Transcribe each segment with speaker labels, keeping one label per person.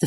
Speaker 1: The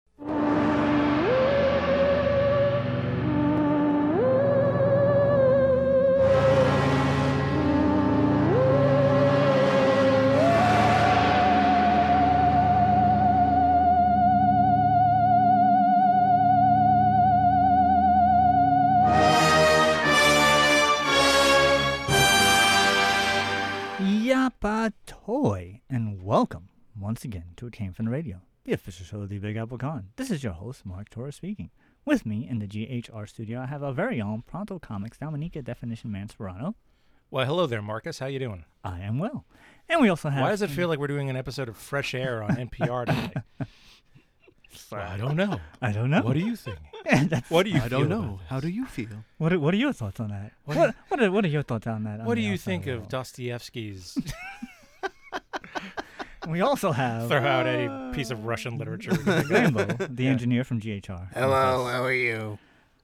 Speaker 2: Yappa Toy, and welcome once again to It Came From the Radio, the official show of the Big Apple Con. This is your host, Mark Torres speaking. With me in the GHR studio, I have our very own Pronto Comics Dominica Definition Man Sperano.
Speaker 3: Well, hello there, Marcus. How you doing?
Speaker 2: I am well. And we also have.
Speaker 3: Why does it feel like we're doing an episode of Fresh Air on NPR today? Well, I don't know.
Speaker 2: I don't know.
Speaker 3: What do you think?
Speaker 2: That's-
Speaker 3: What Oh, do you feel
Speaker 4: I don't
Speaker 3: about
Speaker 4: know. How do you feel?
Speaker 2: what, are, what are your thoughts on that? What
Speaker 3: What-
Speaker 2: what, are, what are your thoughts on that? on
Speaker 3: it? What do
Speaker 2: the
Speaker 3: you
Speaker 2: outside
Speaker 3: think of
Speaker 2: world?
Speaker 3: Dostoevsky's
Speaker 2: We also have
Speaker 3: throw out any piece
Speaker 2: Uh,
Speaker 3: of
Speaker 2: mm-hmm.
Speaker 3: Russian literature?
Speaker 2: Rambo, the engineer from GHR.
Speaker 4: Hello, how are you?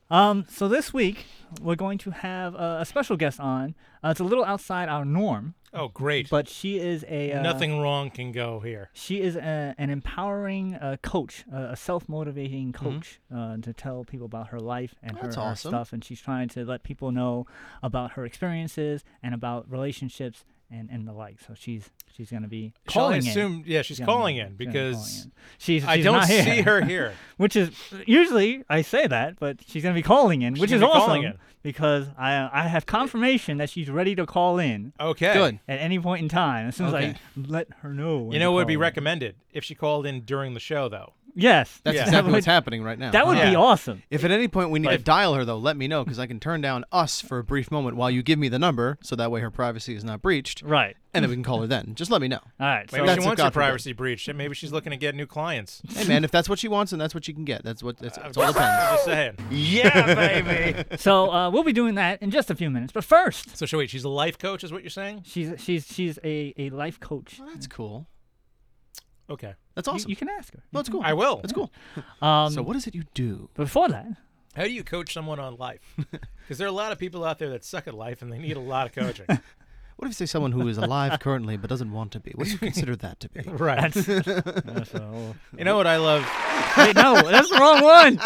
Speaker 2: Um, so this week we're going to have uh, a special guest on. Uh, it's a little outside our norm,
Speaker 3: oh, great.
Speaker 2: but she is a uh,
Speaker 3: Nothing wrong can go here.
Speaker 2: She is a, an empowering uh, coach, uh, a self motivating
Speaker 3: Mm-hmm.
Speaker 2: coach uh, to tell people about her life and her,
Speaker 4: That's
Speaker 2: her
Speaker 4: awesome.
Speaker 2: stuff, and she's trying to let people know about her experiences and about relationships and, and the like. So she's she's going to be
Speaker 3: Shall I
Speaker 2: calling in.
Speaker 3: assume? Yeah, she's
Speaker 2: She's gonna-
Speaker 3: calling in
Speaker 2: she's gonna be calling
Speaker 3: because
Speaker 2: in. she's,
Speaker 3: I
Speaker 2: she's
Speaker 3: don't
Speaker 2: not here.
Speaker 3: see her here.
Speaker 2: which is usually I say that, but she's gonna be calling in, which
Speaker 3: She's
Speaker 2: is
Speaker 3: gonna be calling
Speaker 2: awesome
Speaker 3: in.
Speaker 2: because I I have confirmation that she's ready to call in
Speaker 3: Okay.
Speaker 4: Good.
Speaker 2: at any point in time as soon as
Speaker 4: Okay.
Speaker 2: I let her know. when
Speaker 3: You
Speaker 2: to
Speaker 3: know what would
Speaker 2: call
Speaker 3: be
Speaker 2: in.
Speaker 3: recommended if she called in during the show, though.
Speaker 2: Yes,
Speaker 4: That's
Speaker 3: Yeah.
Speaker 4: exactly what's
Speaker 2: That
Speaker 4: happening right now.
Speaker 2: would, that would be
Speaker 3: Yeah.
Speaker 2: awesome.
Speaker 4: If at any point we need
Speaker 3: Like-
Speaker 4: to dial her, though, let me know because I can turn down us for a brief moment while you give me the number, so that way her privacy is not breached,
Speaker 2: Right.
Speaker 4: and then we can call her then. Just let me know.
Speaker 2: All right. So
Speaker 3: Maybe
Speaker 4: That's
Speaker 3: she
Speaker 4: what
Speaker 3: wants
Speaker 4: God
Speaker 3: her
Speaker 4: forbid.
Speaker 3: privacy breached. and Maybe she's looking to get new clients.
Speaker 4: Hey, man, if that's what she wants, and that's what she can get. That's what. That's, that's all
Speaker 3: I'm
Speaker 4: depends.
Speaker 3: just saying.
Speaker 2: so uh, we'll be doing that in just a few minutes. But first,
Speaker 3: So, so wait, she's a life coach, is what you're saying?
Speaker 2: she's she's she's a, a life coach.
Speaker 4: Well, that's cool.
Speaker 3: Okay.
Speaker 4: That's
Speaker 2: You-
Speaker 4: awesome.
Speaker 2: You, can ask her.
Speaker 4: no, it's cool.
Speaker 3: I will.
Speaker 4: That's cool.
Speaker 2: Um,
Speaker 4: so what is it you do?
Speaker 2: but before that,
Speaker 3: How do you coach someone on life? Because there are a lot of people out there that suck at life and they need a lot of coaching.
Speaker 4: What if you say someone who is alive currently but doesn't want to be? What do you consider that to be?
Speaker 3: right.
Speaker 2: that's, that's a whole-
Speaker 3: You know what I love?
Speaker 2: Wait, no, that's the wrong one.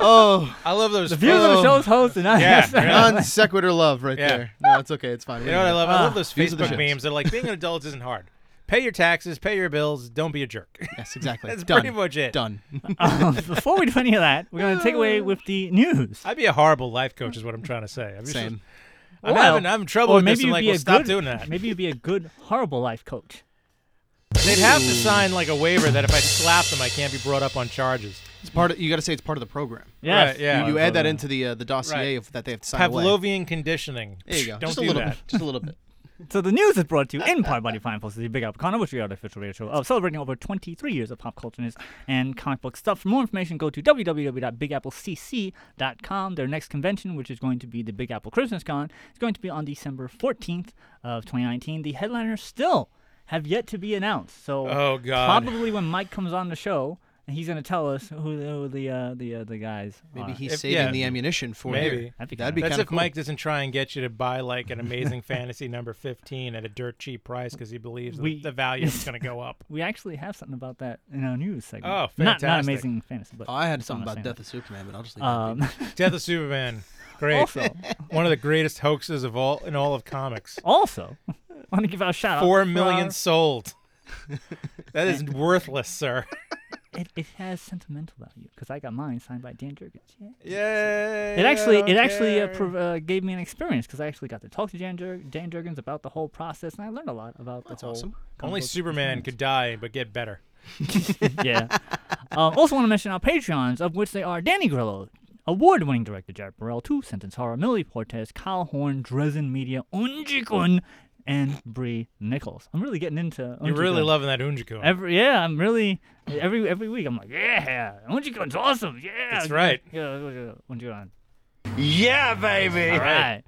Speaker 4: Oh,
Speaker 3: I love those.
Speaker 2: The views of the
Speaker 4: Oh.
Speaker 2: show's host and I.
Speaker 3: Um, Yeah, yeah.
Speaker 4: non sequitur love right
Speaker 3: Yeah.
Speaker 4: there. No, it's okay. It's fine.
Speaker 3: You know what I love? I love those
Speaker 4: these are the
Speaker 3: Facebook
Speaker 4: shits.
Speaker 3: memes. They're like, being an adult isn't hard. Pay your taxes, pay your bills, don't be a jerk.
Speaker 4: Yes, exactly.
Speaker 3: That's
Speaker 4: Done.
Speaker 3: pretty much it.
Speaker 4: Done.
Speaker 2: Um, before we do any of that, we're going to take away with the news.
Speaker 3: I'd be a horrible life coach, is what I'm trying to say. I'm, just-
Speaker 4: Same.
Speaker 3: I'm
Speaker 2: Well,
Speaker 3: having I'm in trouble with this. I'm
Speaker 2: you'd
Speaker 3: like,
Speaker 2: be
Speaker 3: well,
Speaker 2: a
Speaker 3: stop
Speaker 2: good-
Speaker 3: doing that.
Speaker 2: Maybe you'd be a good horrible life coach.
Speaker 3: They'd have to sign like a waiver that if I slap them, I can't be brought up on charges.
Speaker 4: It's part of, you got to say it's part of the program.
Speaker 2: Yes.
Speaker 3: Right, yeah.
Speaker 4: You, you add that into the uh, the dossier
Speaker 3: Right.
Speaker 4: of, that they have to sign away.
Speaker 3: Pavlovian conditioning.
Speaker 4: There you go.
Speaker 3: Don't
Speaker 4: just
Speaker 3: do
Speaker 4: a little
Speaker 3: that.
Speaker 4: bit. Just a little bit.
Speaker 2: So the news is brought to you in part by Defiant Pulse, the Big Apple Corner, which we are the official radio show of celebrating over 23 years of pop culture news and comic book stuff. For more information, go to www.bigapplecc.com. Their next convention, which is going to be the Big Apple Christmas Con, is going to be on December 14th of 2019. The headliners still have yet to be announced. So
Speaker 3: Oh, God.
Speaker 2: probably when Mike comes on the show, he's going to tell us who, who the uh, the uh, the guys
Speaker 4: Maybe
Speaker 2: are.
Speaker 4: he's
Speaker 3: If-
Speaker 4: saving
Speaker 3: yeah.
Speaker 4: the ammunition for
Speaker 3: Maybe.
Speaker 4: here.
Speaker 2: That'd be
Speaker 4: That'd be
Speaker 3: That's
Speaker 4: kind
Speaker 3: if
Speaker 4: of cool.
Speaker 3: Mike doesn't try and get you to buy like an amazing fantasy number 15 at a dirt cheap price because he believes that
Speaker 2: We-
Speaker 3: the value is going to go up.
Speaker 2: we actually have something about that in our news segment.
Speaker 3: Oh,
Speaker 2: Not, not
Speaker 3: fantastic.
Speaker 2: amazing fantasy, but
Speaker 4: Oh, I had
Speaker 2: that's what
Speaker 4: something
Speaker 2: I'm
Speaker 4: about
Speaker 2: saying.
Speaker 4: Death of Superman, but I'll just leave that.
Speaker 2: Um,
Speaker 3: Death of Superman. Great.
Speaker 2: also,
Speaker 3: One of the greatest hoaxes of all in all of comics.
Speaker 2: also, want to give out a shout out.
Speaker 3: Four
Speaker 2: for
Speaker 3: million sold. That is worthless, sir.
Speaker 2: our- it, it has sentimental value because I got mine signed by Dan Jurgens. Yeah.
Speaker 3: Yeah.
Speaker 2: It actually, it actually uh, prov- uh, gave me an experience because I actually got to talk to Dan, Jur- Dan Jurgens about the whole process, and I learned a lot about the
Speaker 4: That's
Speaker 2: whole.
Speaker 4: awesome.
Speaker 2: comic
Speaker 3: Only
Speaker 2: book
Speaker 3: Superman could die but get better.
Speaker 2: yeah. Um, also want to mention our Patreons, of which they are Danny Grillo, award-winning director Jared Burrell, Two Sentence Horror, Millie Portes, Kyle Horn, Dresden Media, Unjikun, and Bree Nichols. I'm really getting into
Speaker 3: You're really
Speaker 2: Unjikun.
Speaker 3: loving that Unjiku.
Speaker 2: Every yeah, I'm really every every week I'm like yeah, Unjikun's awesome. Yeah,
Speaker 3: That's right.
Speaker 2: Yeah, yeah, Unjikun.
Speaker 3: yeah, baby.
Speaker 2: All right.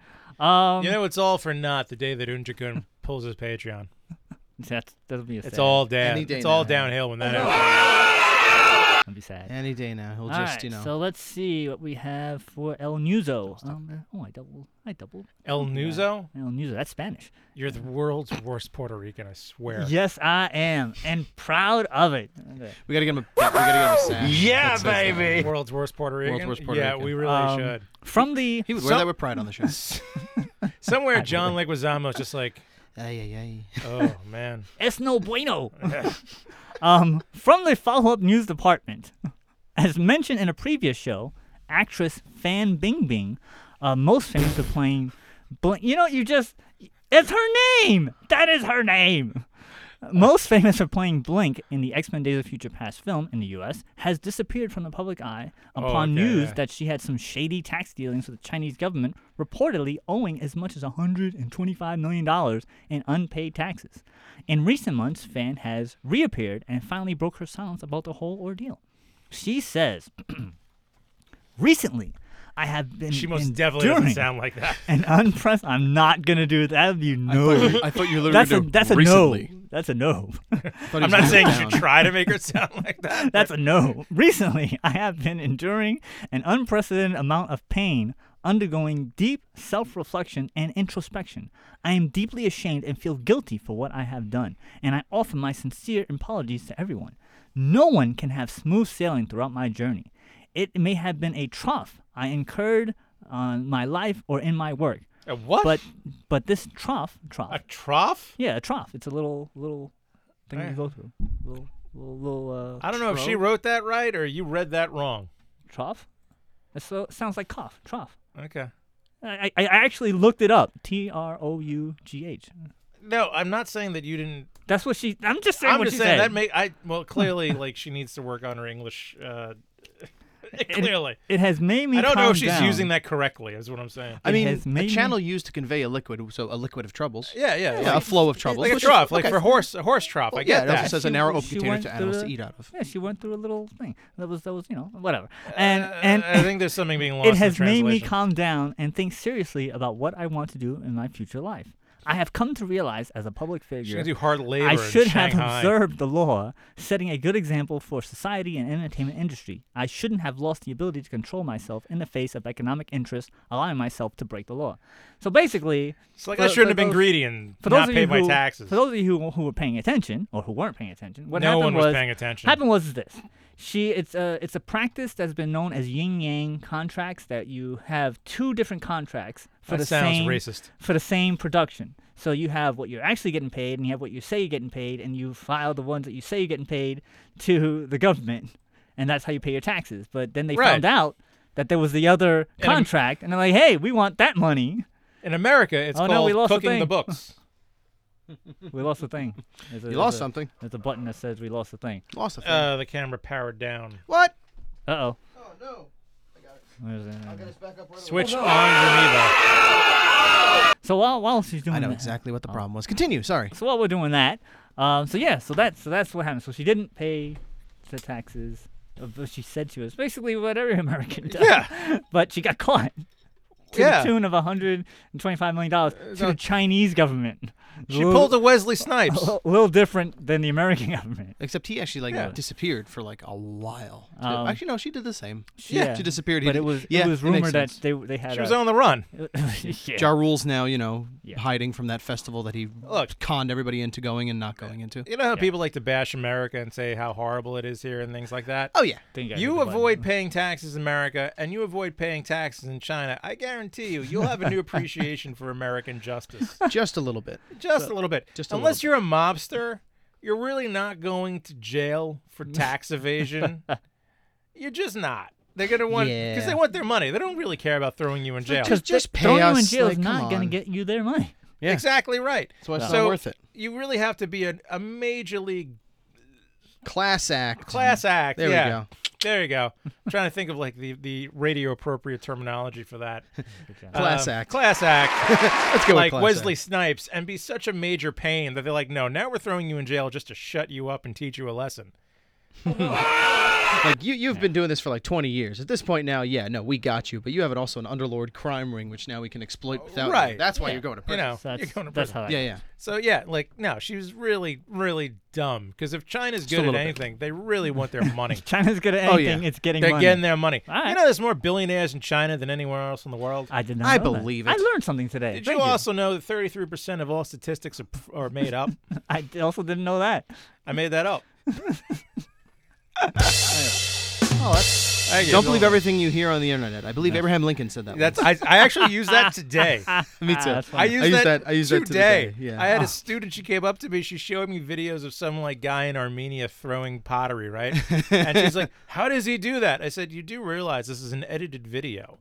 Speaker 2: Um,
Speaker 3: You know it's all for naught the day that Unjikun pulls his Patreon.
Speaker 2: That's that'll be a
Speaker 3: It's
Speaker 2: sad.
Speaker 3: all down.
Speaker 4: Any day
Speaker 3: It's all
Speaker 4: now.
Speaker 3: downhill when that happens.
Speaker 2: That'll be sad.
Speaker 4: Any day now, he'll
Speaker 2: All
Speaker 4: just
Speaker 2: right,
Speaker 4: you know.
Speaker 2: so let's see what we have for El Nuzo. Um, oh, I double, I double
Speaker 3: El Nuzo,
Speaker 2: El Nuzo. That's Spanish.
Speaker 3: you're the world's worst Puerto Rican. I swear.
Speaker 2: Yes, I am, and proud of it. Okay.
Speaker 4: we gotta get him. A, we gotta get him a sash.
Speaker 2: Yeah,
Speaker 4: that says that.
Speaker 2: baby.
Speaker 3: World's worst Puerto Rican.
Speaker 4: worst Puerto
Speaker 3: yeah,
Speaker 4: Rican.
Speaker 3: we really
Speaker 2: Um,
Speaker 3: should.
Speaker 2: From the
Speaker 4: He would wear that with pride on the shirt.
Speaker 3: Somewhere John Leguizamo's just like,
Speaker 4: ay, ay, ay.
Speaker 3: oh man.
Speaker 2: Es no bueno. um, from the follow up news department. As mentioned in a previous show, actress Fan Bingbing, uh, most famous for playing. Bl- you know, you just. It's her name! That is her name! Most famous for playing Blink in the X Men Days of Future Past film in the US, has disappeared from the public eye upon
Speaker 3: okay,
Speaker 2: news
Speaker 3: yeah.
Speaker 2: that she had some shady tax dealings with the Chinese government, reportedly owing as much as $125 million in unpaid taxes. In recent months, Fan has reappeared and finally broke her silence about the whole ordeal. She says, Recently, I have been.
Speaker 3: She most definitely doesn't
Speaker 2: enduring
Speaker 3: sound like that.
Speaker 2: an unpressed. I'm not gonna do that. You know,
Speaker 4: I thought you- I thought you literally
Speaker 2: that's a
Speaker 4: do
Speaker 2: that's a
Speaker 4: recently.
Speaker 2: no. That's a no.
Speaker 4: I thought he
Speaker 3: I'm
Speaker 4: was
Speaker 3: not saying you
Speaker 4: down.
Speaker 3: should try to make her sound like that.
Speaker 2: That's a no. Recently, I have been enduring an unprecedented amount of pain, undergoing deep self reflection and introspection. I am deeply ashamed and feel guilty for what I have done, and I offer my sincere apologies to everyone. No one can have smooth sailing throughout my journey. It may have been a trough I incurred on my life or in my work,
Speaker 3: A what?
Speaker 2: but but this trough trough
Speaker 3: a trough?
Speaker 2: yeah a trough it's a little little thing that you go through little little, little uh,
Speaker 3: I don't know if she wrote that right or you read that wrong.
Speaker 2: trough That's so it sounds like cough trough
Speaker 3: Okay.
Speaker 2: I, I I actually looked it up T R O U G H
Speaker 3: No, I'm not saying that you didn't.
Speaker 2: that's what she I'm just saying
Speaker 3: I'm
Speaker 2: what
Speaker 3: just
Speaker 2: she
Speaker 3: saying
Speaker 2: said
Speaker 3: that may. I well, clearly, like she needs to work on her English. Uh, clearly,
Speaker 2: it has made me
Speaker 3: I don't know
Speaker 2: calm
Speaker 3: if she's
Speaker 2: down.
Speaker 3: using that correctly. Is what I'm saying.
Speaker 4: I
Speaker 2: It has
Speaker 4: mean,
Speaker 2: made
Speaker 4: a
Speaker 2: me-
Speaker 4: channel used to convey a liquid, so a liquid of troubles.
Speaker 3: Yeah, yeah,
Speaker 4: Yeah, a
Speaker 3: Like,
Speaker 4: flow of troubles.
Speaker 3: like a
Speaker 4: which is-
Speaker 3: trough, like
Speaker 4: okay.
Speaker 3: for horse, a horse trough. I
Speaker 4: Well,
Speaker 3: get
Speaker 4: yeah, it
Speaker 3: that.
Speaker 4: also says an
Speaker 2: She-
Speaker 4: narrow open
Speaker 2: she
Speaker 4: container
Speaker 2: went
Speaker 4: to animals
Speaker 2: through
Speaker 4: to
Speaker 2: the-
Speaker 4: eat out of.
Speaker 2: yeah she went through a little thing that was that was you know whatever and and
Speaker 3: Uh, I think there's something being lost.
Speaker 2: it has
Speaker 3: in
Speaker 2: made me
Speaker 3: translation.
Speaker 2: calm down and think seriously about what I want to do in my future life. I have come to realize as a public
Speaker 3: She's
Speaker 2: figure,
Speaker 3: gonna do hard labor.
Speaker 2: I
Speaker 3: in
Speaker 2: should have
Speaker 3: Shanghai.
Speaker 2: observed the law, setting a good example for society and entertainment industry. I shouldn't have lost the ability to control myself in the face of economic interest, allowing myself to break the law. So basically,
Speaker 3: It's like
Speaker 2: for-
Speaker 3: I
Speaker 2: for
Speaker 3: shouldn't have been
Speaker 2: those-
Speaker 3: greedy and
Speaker 2: for
Speaker 3: not
Speaker 2: those of
Speaker 3: pay
Speaker 2: you
Speaker 3: my
Speaker 2: who,
Speaker 3: taxes.
Speaker 2: For those of you who, who were paying attention or who weren't paying attention, what
Speaker 3: No
Speaker 2: happened
Speaker 3: one was paying attention.
Speaker 2: Happened was is this: she it's a it's a practice that's been known as yin yang contracts that you have two different contracts for
Speaker 3: That
Speaker 2: the
Speaker 3: sounds
Speaker 2: same
Speaker 3: racist.
Speaker 2: for the same production. So you have what you're actually getting paid, and you have what you say you're getting paid, and you file the ones that you say you're getting paid to the government, and that's how you pay your taxes. But then they found
Speaker 3: Right.
Speaker 2: out that there was the other
Speaker 3: I'm-
Speaker 2: contract, and they're like, "Hey, we want that money."
Speaker 3: in America, it's
Speaker 2: Oh,
Speaker 3: called
Speaker 2: no, we lost the
Speaker 3: cooking the
Speaker 2: thing.
Speaker 3: books.
Speaker 2: We lost the thing. There's a-
Speaker 4: You
Speaker 2: there's
Speaker 4: lost
Speaker 2: a-
Speaker 4: something.
Speaker 2: There's a button that says we lost the thing.
Speaker 4: Lost a thing.
Speaker 3: uh, the camera powered down.
Speaker 4: what?
Speaker 2: Uh oh.
Speaker 4: Oh no! I got it. back up right
Speaker 3: Switch on Geneva.
Speaker 2: So while while she's doing
Speaker 4: I know
Speaker 2: that,
Speaker 4: exactly what the problem was. Continue. Sorry.
Speaker 2: So while we're doing that, um, so yeah, so that's so that's what happened. So she didn't pay the taxes, uh, but she said she was basically what every American does.
Speaker 3: Yeah.
Speaker 2: But she got caught to
Speaker 3: Yeah.
Speaker 2: the tune of 125 million dollars to the Chinese government.
Speaker 3: She pulled a Wesley Snipes.
Speaker 2: a little different than the American government.
Speaker 4: Except he actually like
Speaker 3: Yeah.
Speaker 4: disappeared for like a while. So-
Speaker 2: Um,
Speaker 4: actually, no, she did the same.
Speaker 2: She-
Speaker 4: yeah, she disappeared. He
Speaker 2: But
Speaker 4: did-
Speaker 2: it was
Speaker 4: yeah,
Speaker 2: it was
Speaker 4: makes
Speaker 2: rumored that
Speaker 4: sense.
Speaker 2: they they had
Speaker 3: She was
Speaker 2: a,
Speaker 3: on the run.
Speaker 2: yeah.
Speaker 4: Ja Rule's now, you know,
Speaker 2: Yeah.
Speaker 4: hiding from that festival that he
Speaker 3: Look.
Speaker 4: conned everybody into going and not going into.
Speaker 3: You know how people like to bash America and say how horrible it is here and things like that?
Speaker 4: Oh yeah,
Speaker 2: Then gotta hit
Speaker 3: You
Speaker 2: the button.
Speaker 3: avoid paying taxes in America and you avoid paying taxes in China. I guarantee you, you'll have a new appreciation for American justice.
Speaker 4: just a little bit.
Speaker 3: Just a little bit.
Speaker 4: just a little
Speaker 3: Unless you're a mobster, you're really not going to jail for tax evasion. you're just not. They're going to want, because
Speaker 4: Yeah.
Speaker 3: they want their money. They don't really care about throwing you in jail.
Speaker 4: Just-
Speaker 2: th-
Speaker 4: just pay
Speaker 2: throwing you in
Speaker 4: us,
Speaker 2: jail
Speaker 4: like,
Speaker 2: is not
Speaker 4: come
Speaker 2: gonna
Speaker 4: on.
Speaker 2: get you their money.
Speaker 4: Yeah.
Speaker 3: Exactly right.
Speaker 4: That's why it's
Speaker 3: So-
Speaker 4: not worth it.
Speaker 3: You really have to be a, a major league
Speaker 4: Class act.
Speaker 3: class act.
Speaker 4: There
Speaker 3: yeah.
Speaker 4: we go.
Speaker 3: There you go. I'm trying to think of like the, the radio appropriate terminology for that.
Speaker 4: Class
Speaker 3: Um,
Speaker 4: act.
Speaker 3: Class act.
Speaker 4: Let's go with
Speaker 3: like
Speaker 4: class
Speaker 3: Wesley
Speaker 4: act.
Speaker 3: Snipes and be such a major pain that they're like, no, now we're throwing you in jail just to shut you up and teach you a lesson.
Speaker 4: Like you, you've been doing this for like 20 years. At this point now, yeah, no, we got you. But you have it also an underlord crime ring, which now we can exploit without. you.
Speaker 3: Right.
Speaker 4: That's why you're going to
Speaker 3: You
Speaker 4: prison.
Speaker 3: know,
Speaker 2: So
Speaker 3: you're
Speaker 2: that's,
Speaker 3: going to
Speaker 2: that's how
Speaker 3: prison.
Speaker 2: I
Speaker 4: Yeah, yeah.
Speaker 3: So yeah, like no, she was really, really dumb. Because if China's
Speaker 4: a
Speaker 3: good at
Speaker 4: little bit.
Speaker 3: anything, they really want their money.
Speaker 2: China's good at
Speaker 4: Oh, yeah.
Speaker 2: anything. It's getting
Speaker 3: They're
Speaker 2: money.
Speaker 3: getting their money.
Speaker 2: All right.
Speaker 3: You know, there's more billionaires in China than anywhere else in the world.
Speaker 2: I did not.
Speaker 4: I
Speaker 2: know that.
Speaker 4: believe
Speaker 2: I
Speaker 4: it.
Speaker 2: learned something today.
Speaker 3: Did
Speaker 2: Thank
Speaker 3: you also know that 33% of all statistics are, are made up?
Speaker 2: I d- also didn't know that.
Speaker 3: I made that up.
Speaker 4: Oh, that's,
Speaker 3: Thank you.
Speaker 4: don't believe everything you hear on the internet. I believe Abraham Lincoln said that.
Speaker 3: That's I, I actually used that today.
Speaker 4: one. me too.
Speaker 2: Ah, that's funny.
Speaker 3: I used,
Speaker 4: used
Speaker 3: that,
Speaker 4: that- I used that
Speaker 3: today.
Speaker 4: today, yeah. Ah.
Speaker 3: I had a student. She came up to me. She showed me videos of some like guy in Armenia throwing pottery, right? and she's like, "How does he do that?" I said, "You do realize this is an edited video."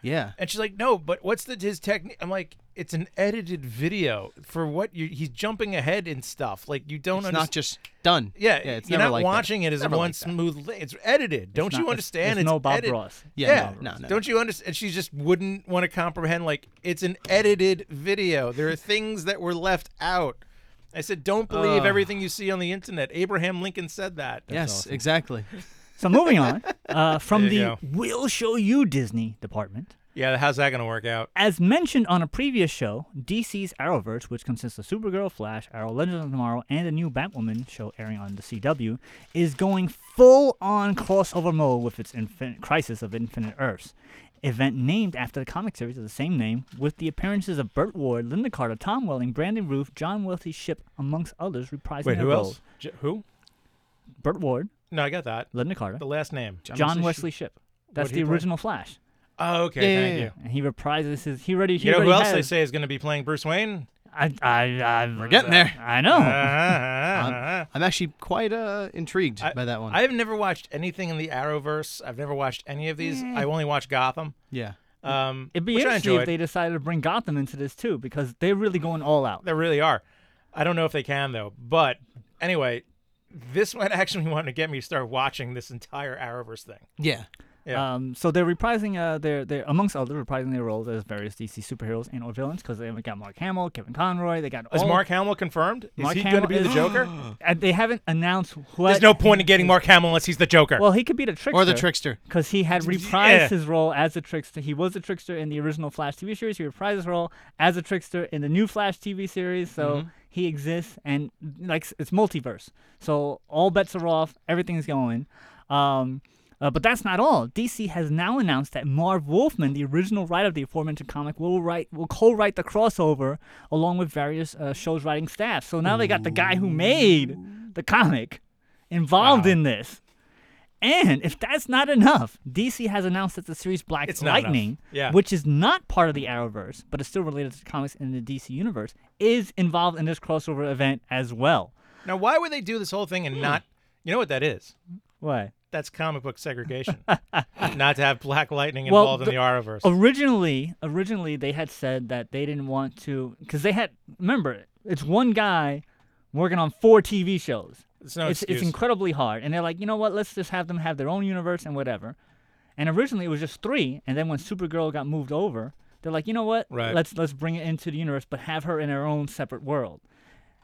Speaker 4: yeah.
Speaker 3: And she's like, "No, but what's the his technique?" I'm like, "It's an edited video for what you he's jumping ahead and stuff. Like you don't
Speaker 4: It's
Speaker 3: understand."
Speaker 4: not just done.
Speaker 3: yeah,
Speaker 4: yeah. It's
Speaker 3: you're
Speaker 4: never
Speaker 3: not
Speaker 4: like that.
Speaker 3: watching it as
Speaker 4: Never
Speaker 3: one
Speaker 4: like that.
Speaker 3: smooth. Li- it's edited. don't
Speaker 2: not-
Speaker 3: you
Speaker 2: it's-
Speaker 3: understand?
Speaker 2: it's no Bob
Speaker 3: edit-
Speaker 2: Ross.
Speaker 4: Yeah,
Speaker 3: yeah.
Speaker 4: no, no, no, no.
Speaker 3: Don't you understand? And she just wouldn't want to comprehend. Like it's an edited video. There are things that were left out. I said, don't believe
Speaker 4: Ugh.
Speaker 3: everything you see on the internet. Abraham Lincoln said that.
Speaker 4: Yes, exactly.
Speaker 2: So moving on uh, from
Speaker 3: There
Speaker 2: the
Speaker 3: you go.
Speaker 2: "We'll show you Disney" department.
Speaker 3: Yeah. How's that going to work out?
Speaker 2: As mentioned on a previous show, DC's Arrowverse, which consists of Supergirl, Flash, Arrow, Legends of Tomorrow, and the new Batwoman show airing on the CW, is going full on crossover mode with its infin- Crisis of Infinite Earths event named after the comic series of the same name, with the appearances of Burt Ward, Linda Carter, Tom Welling, Brandon Roof, John Wesley Shipp, amongst others, reprising
Speaker 3: Wait,
Speaker 2: their
Speaker 3: who
Speaker 2: roles.
Speaker 3: else? J- who?
Speaker 2: Burt Ward,
Speaker 3: No, I got that.
Speaker 2: Linda Carter,
Speaker 3: The last name.
Speaker 2: John Wesley Shipp. That's
Speaker 3: What'd he
Speaker 2: the
Speaker 3: play?
Speaker 2: original Flash.
Speaker 3: Oh, okay.
Speaker 4: Yeah, yeah,
Speaker 3: thank
Speaker 4: yeah.
Speaker 3: you.
Speaker 2: And he reprises his. He already. He
Speaker 3: You know who
Speaker 2: already
Speaker 3: else they
Speaker 2: has-
Speaker 3: say is going to be playing Bruce Wayne?
Speaker 2: I, I, I, We're
Speaker 4: getting there.
Speaker 2: I know.
Speaker 3: Uh,
Speaker 4: I'm, I'm actually quite uh, intrigued by that one.
Speaker 3: Uh-huh. I have never watched anything in the Arrowverse. I've never watched any of these. I only watched Gotham.
Speaker 4: yeah.
Speaker 3: Um,
Speaker 2: It'd be
Speaker 3: which I
Speaker 2: interesting if
Speaker 3: enjoyed.
Speaker 2: they decided to bring Gotham into this too, because they're really going all out.
Speaker 3: There really are. I don't know if they can though. But anyway, this might actually want to get me to start watching this entire Arrowverse thing.
Speaker 4: Yeah.
Speaker 3: Yeah.
Speaker 2: Um, so they're reprising uh, their their amongst others reprising their roles as various DC superheroes and or villains because they got Mark Hamill, Kevin Conroy, they got
Speaker 3: Is
Speaker 2: all,
Speaker 3: Mark Hamill confirmed? Is
Speaker 2: Oh. Mark
Speaker 3: he
Speaker 2: Hamill
Speaker 3: going to be the
Speaker 2: is-
Speaker 3: Joker?
Speaker 2: Uh, they haven't announced what.
Speaker 3: There's no point in getting Mark Hamill unless he's the Joker.
Speaker 2: Well, he could be the trickster.
Speaker 4: Or the trickster.
Speaker 2: Because he had reprised
Speaker 3: Yeah.
Speaker 2: his role as a trickster. He was a trickster in the original Flash TV series. He reprised his role as a trickster in the new Flash TV series. So he exists, and like s- it's multiverse. So all bets are off. Everything's going. Um, uh, but that's not all. DC has now announced that Marv Wolfman, the original writer of the aforementioned comic, will write will co-write the crossover along with various uh, shows writing staff. So now they got the guy who made the comic involved in this. And if that's not enough, DC has announced that the series Black
Speaker 3: It's not enough.
Speaker 2: Lightning,
Speaker 3: Yeah.
Speaker 2: which is not part of the Arrowverse, but is still related to the comics in the DC universe, is involved in this crossover event as well.
Speaker 3: now, why would they do this whole thing and
Speaker 2: Hmm.
Speaker 3: not? You know what that is?
Speaker 2: What?
Speaker 3: That's comic book segregation. not to have Black Lightning
Speaker 2: Well,
Speaker 3: involved
Speaker 2: the-
Speaker 3: in the Arrowverse.
Speaker 2: Originally, originally they had said that they didn't want to because they had remember it's one guy working on four TV shows.
Speaker 3: it's no
Speaker 2: it's,
Speaker 3: excuse.
Speaker 2: it's incredibly hard. And they're like, you know what? Let's just have them have their own universe and whatever. And originally it was just three. And then when Supergirl got moved over, they're like, you know what?
Speaker 3: Right.
Speaker 2: Let's let's bring it into the universe, but have her in her own separate world.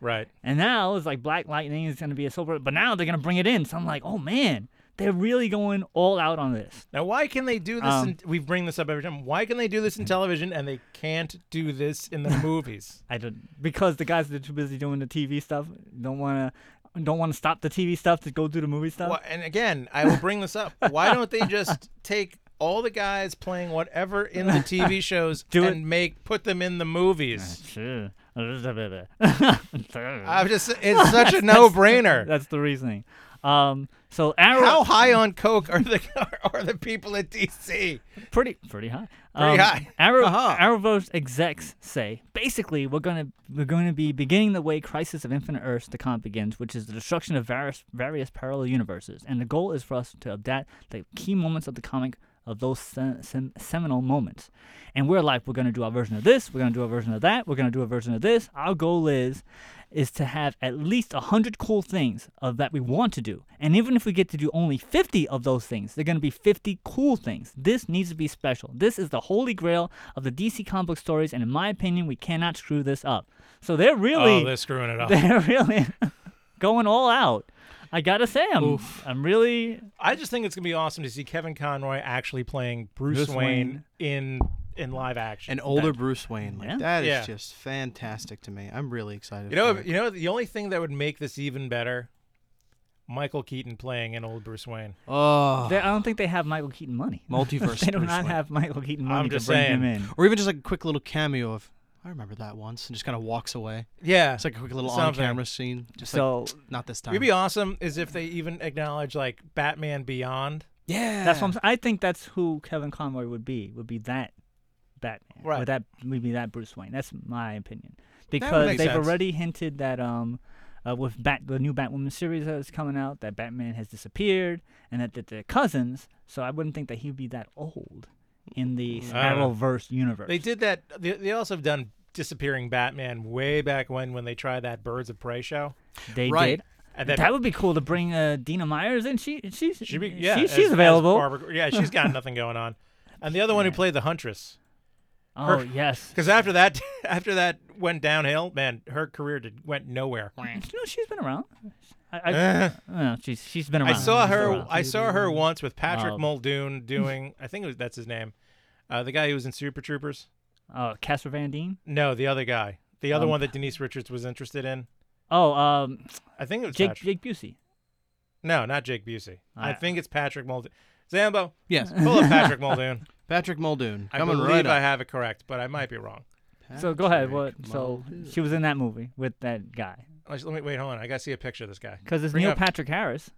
Speaker 3: right.
Speaker 2: And now it's like Black Lightning is going to be a silver, but now they're going to bring it in. So I'm like, oh man, they're really going all out on this.
Speaker 3: Now, why can they do this?
Speaker 2: Um, Mhm.
Speaker 3: in, we bring this up every time. Why can they do this in television and they can't do this in the movies?
Speaker 2: I don't because the guys that are too busy doing the TV stuff don't want to don't want to stop the TV stuff to go do the movie stuff.
Speaker 3: Why, and again, I will bring this up. Why don't they just take all the guys playing whatever in the TV shows
Speaker 2: Do
Speaker 3: and
Speaker 2: it.
Speaker 3: make put them in the movies?
Speaker 2: Sure.
Speaker 3: I'm just it's such a no-brainer.
Speaker 2: That's the reasoning. Um, so Arrow
Speaker 3: How high on coke are the are the people at DC?
Speaker 2: pretty pretty high. Um,
Speaker 3: Pretty high. Uh-huh.
Speaker 2: Arrow Arrowverse execs say basically we're gonna we're going to be beginning the way Crisis of Infinite Earths the comic begins, which is the destruction of various various parallel universes, and the goal is for us to adapt the key moments of the comic of those sem- sem- seminal moments. And we're like, we're going to do our version of this, we're going to do a version of that, we're going to do a version of this. Our goal is is to have at least 100 cool things of that we want to do. And even if we get to do only 50 of those things, they're going to be 50 cool things. This needs to be special. This is the holy grail of the DC comic book stories and in my opinion, we cannot screw this up. So they're really
Speaker 3: screwing it Oh, up.
Speaker 2: they're really going all out. I gotta say, I'm I'm really
Speaker 3: I just think it's gonna be awesome to see Kevin Conroy actually playing Bruce,
Speaker 4: Bruce
Speaker 3: Wayne,
Speaker 4: Wayne.
Speaker 3: in in live action.
Speaker 4: An older Bruce Wayne. Like
Speaker 2: Yeah.
Speaker 4: that is
Speaker 3: Yeah.
Speaker 4: just fantastic to me. I'm really excited.
Speaker 3: you know,
Speaker 4: for it.
Speaker 3: you know, the only thing that would make this even better, Michael Keaton playing an old Bruce Wayne.
Speaker 4: oh,
Speaker 2: They, I don't think they have Michael Keaton money.
Speaker 4: multiverse.
Speaker 2: they do
Speaker 4: Bruce
Speaker 2: not
Speaker 4: Wayne.
Speaker 2: have Michael Keaton money
Speaker 3: I'm
Speaker 2: to
Speaker 3: just
Speaker 2: bring
Speaker 3: saying.
Speaker 2: him in.
Speaker 4: or even just like a quick little cameo of. I remember that once, and just kind of walks away.
Speaker 3: Yeah,
Speaker 4: It's like a quick little
Speaker 3: Something.
Speaker 4: on-camera scene. Just
Speaker 2: so
Speaker 4: like, not this time.
Speaker 3: it'd be awesome is if they even acknowledge like Batman Beyond.
Speaker 4: yeah,
Speaker 2: that's
Speaker 3: Uh.
Speaker 2: what I'm, s- I think that's who Kevin Conroy would be. Would be that Batman.
Speaker 3: Right.
Speaker 2: Or that would be that Bruce Wayne. That's my opinion because
Speaker 3: make
Speaker 2: they've
Speaker 3: sense.
Speaker 2: already hinted that um. Uh, with Bat, the new Batwoman series that is coming out, that Batman has disappeared, and that, that they're cousins. So I wouldn't think that he'd be that old in the Arrowverse universe.
Speaker 3: Mm. They did that. They, they also have done disappearing Batman way back when when they tried that Birds of Prey show.
Speaker 2: They
Speaker 4: Right.
Speaker 2: did.
Speaker 3: And that-
Speaker 2: that would be cool to bring uh, Dina Myers in. She she's
Speaker 3: She'd be, yeah,
Speaker 2: she-
Speaker 3: as-
Speaker 2: she's
Speaker 3: as
Speaker 2: available.
Speaker 3: Barbara- yeah, she's got nothing going on. And the other one who played the Huntress,
Speaker 2: oh yes.
Speaker 3: because after that, after that went downhill, man, her career did, went nowhere.
Speaker 2: No, she's been around. I,
Speaker 3: Eh.
Speaker 2: I, no, Oh, she's she's been around.
Speaker 3: I saw
Speaker 2: She's been
Speaker 3: her.
Speaker 2: around.
Speaker 3: I saw her once with Patrick
Speaker 2: Um,
Speaker 3: Muldoon doing. I think it was, that's his name. Uh, the guy who was in Super Troopers.
Speaker 2: Oh, Casper Van Dien.
Speaker 3: No, the other guy. The other
Speaker 2: Um,
Speaker 3: one that Denise Richards was interested in.
Speaker 2: Oh, um,
Speaker 3: I think it was
Speaker 2: Jake Ah.
Speaker 3: Patrick.
Speaker 2: Jake Busey.
Speaker 3: No, not Jake Busey. I,
Speaker 2: I-
Speaker 3: think it's Patrick Muldoon. Zambo,
Speaker 4: yes.
Speaker 3: pull up Patrick Muldoon.
Speaker 4: Patrick Muldoon
Speaker 3: I
Speaker 4: coming
Speaker 3: believe
Speaker 4: right
Speaker 3: I
Speaker 4: up.
Speaker 3: have it correct, but I might be wrong.
Speaker 2: So go ahead. What?
Speaker 4: Patrick
Speaker 2: So
Speaker 4: Muldoon.
Speaker 2: she was in that movie with that guy
Speaker 3: Let me wait. Hold on. I gotta see a picture of this guy.
Speaker 2: because it's
Speaker 3: Bring
Speaker 2: Neil
Speaker 3: up-
Speaker 2: Patrick Harris.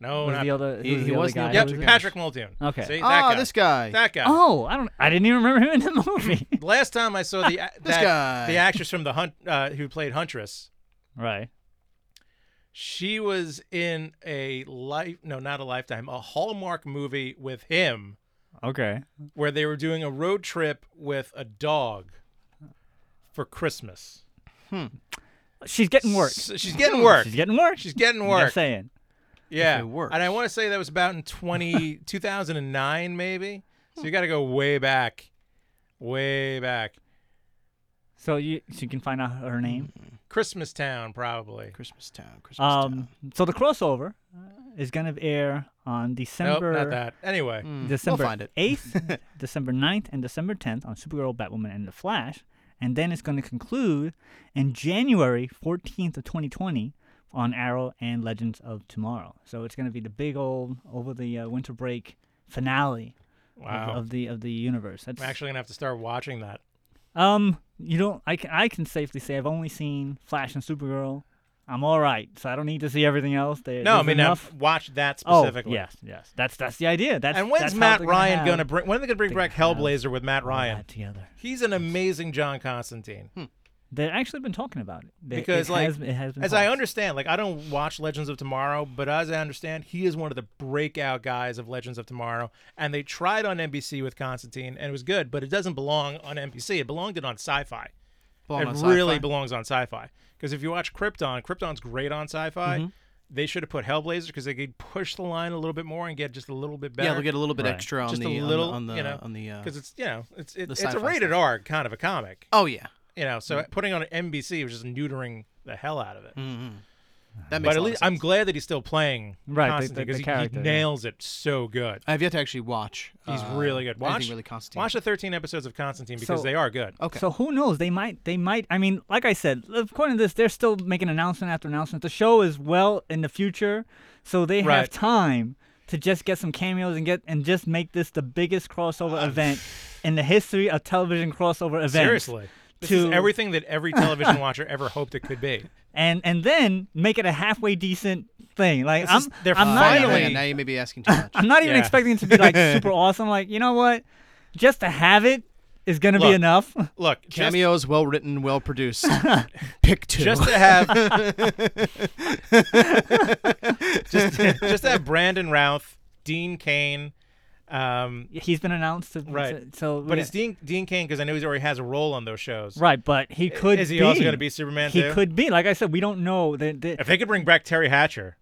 Speaker 3: No,
Speaker 2: was
Speaker 3: not
Speaker 2: the other,
Speaker 4: He-
Speaker 2: was
Speaker 4: he
Speaker 2: the
Speaker 4: was Neil
Speaker 2: other guy.
Speaker 3: Yep,
Speaker 2: that was in it?
Speaker 3: Patrick Muldoon.
Speaker 2: Okay.
Speaker 3: See, that
Speaker 4: Ah,
Speaker 3: guy.
Speaker 4: this guy.
Speaker 3: That guy.
Speaker 2: Oh, I don't. I didn't even remember him in the movie.
Speaker 3: Last time I saw the that,
Speaker 4: This guy.
Speaker 3: the actress from the hunt uh, who played Huntress,
Speaker 2: right.
Speaker 3: she was in a life no, not a lifetime, a Hallmark movie with him
Speaker 2: Okay.
Speaker 3: where they were doing a road trip with a dog for Christmas.
Speaker 2: She's getting work.
Speaker 3: So she's getting work.
Speaker 2: She's getting work.
Speaker 3: She's getting
Speaker 2: I'm
Speaker 3: work.
Speaker 2: just saying.
Speaker 3: Yeah.
Speaker 4: it works.
Speaker 3: And I want to say that was about in 20, 2009 maybe. So you got to go way back. Way back.
Speaker 2: So you so you can find out her name.
Speaker 3: Christmas Town probably.
Speaker 4: Christmas Town. Christmas
Speaker 3: uh,
Speaker 2: Um,
Speaker 4: Town.
Speaker 2: so the crossover is going to air on
Speaker 3: Nope,
Speaker 2: December Hmm.
Speaker 3: not that. Anyway.
Speaker 2: December
Speaker 4: Hmm. find it.
Speaker 2: 8th, December 9th, and December 10th on Supergirl, Batwoman, and The Flash. And then it's going to conclude in January 14th of 2020 on Arrow and Legends of Tomorrow. So it's going to be the big old over the uh, winter break finale of-
Speaker 3: Wow.
Speaker 2: of, the of the universe. That's
Speaker 3: I'm actually gonna have to start watching that.
Speaker 2: um you don't I can I can safely say I've only seen Flash and Supergirl. I'm all right, so I don't need to see everything else. There,
Speaker 3: No, I
Speaker 2: there's
Speaker 3: mean
Speaker 2: enough.
Speaker 3: I've watched that
Speaker 2: Oh,
Speaker 3: specifically.
Speaker 2: yes, yes. That's that's the idea. That's
Speaker 3: And when's
Speaker 2: that's how
Speaker 3: Matt
Speaker 2: they're gonna
Speaker 3: Ryan
Speaker 2: have
Speaker 3: gonna bring? When are they gonna bring
Speaker 2: they're
Speaker 3: back
Speaker 2: gonna have
Speaker 3: Hellblazer with Matt
Speaker 2: all
Speaker 3: Ryan?
Speaker 2: that together?
Speaker 3: He's an amazing John Constantine.
Speaker 2: They've actually been talking about it They-
Speaker 3: Because
Speaker 2: it
Speaker 3: like,
Speaker 2: has, it has been
Speaker 3: as I
Speaker 2: talked.
Speaker 3: understand, like I don't watch Legends of Tomorrow, but as I understand, he is one of the breakout guys of Legends of Tomorrow. And they tried on NBC with Constantine, and it was good, but it doesn't belong on NBC. It belonged on Sci-Fi.
Speaker 4: Belong
Speaker 3: it
Speaker 4: on
Speaker 3: really
Speaker 4: sci-fi.
Speaker 3: belongs on Sci-Fi because if you watch Krypton, Krypton's great on Sci-Fi.
Speaker 2: Mm-hmm.
Speaker 3: They should have put Hellblazer because they could push the line a little bit more and get just a little bit better.
Speaker 4: Yeah, we'll get a little bit
Speaker 2: Right.
Speaker 4: extra on
Speaker 3: just
Speaker 4: the
Speaker 3: a little,
Speaker 4: on the on the.
Speaker 3: you know,
Speaker 4: on the uh,
Speaker 3: because it's you know it's it,
Speaker 4: the
Speaker 3: it's a
Speaker 4: sci-fi Mm.
Speaker 3: rated R kind of a comic,
Speaker 4: oh yeah,
Speaker 3: you know. So putting on an NBC was just neutering the hell out of it.
Speaker 4: that Mm. makes.
Speaker 3: But
Speaker 4: a
Speaker 3: at
Speaker 4: lot of
Speaker 3: least
Speaker 4: sense.
Speaker 3: I'm glad that he's still playing
Speaker 2: Right, the-
Speaker 3: Constantine
Speaker 2: the- the
Speaker 3: because he,
Speaker 2: character, yeah.
Speaker 3: nails it so good.
Speaker 4: I have yet to actually watch.
Speaker 3: He's
Speaker 4: uh,
Speaker 3: really good. Watch
Speaker 4: anything really Constantine. oh,
Speaker 3: watch the 13 episodes of Constantine because
Speaker 2: So-
Speaker 3: they are good.
Speaker 4: Okay.
Speaker 2: So who knows? They might. They might. I mean, like I said, according to this, they're still making announcement after announcement. The show is well in the future, so they
Speaker 3: Right.
Speaker 2: have time to just get some cameos and get and just make this the biggest crossover event in the history of television crossover events.
Speaker 3: Seriously, this is
Speaker 2: To-
Speaker 3: everything that every television watcher ever hoped it could be.
Speaker 2: and and then make it a halfway decent thing. Like
Speaker 3: This
Speaker 2: I'm,
Speaker 3: is- they're
Speaker 2: I'm
Speaker 4: Ah,
Speaker 2: not
Speaker 4: yeah,
Speaker 2: even-
Speaker 3: finally-
Speaker 4: yeah, now you may be asking too much.
Speaker 2: I'm not even
Speaker 3: Yeah.
Speaker 2: expecting it to be like super awesome. Like you know what, just to have it is gonna
Speaker 3: Look.
Speaker 2: be enough.
Speaker 3: Look, just
Speaker 4: Cameos, well written, well produced. Pick two.
Speaker 3: just to have just, just to have Brandon Routh, Dean Kane, um,
Speaker 2: He's been announced to
Speaker 3: Right.
Speaker 2: to- so
Speaker 3: but
Speaker 2: yeah.
Speaker 3: it's Dean Dean Kane because I know he already has a role on those shows.
Speaker 2: right. But he could
Speaker 3: Is he
Speaker 2: be.
Speaker 3: also going to be Superman
Speaker 2: He
Speaker 3: too?
Speaker 2: could be. Like I said, we don't know. The, the,
Speaker 3: If they could bring back Terry Hatcher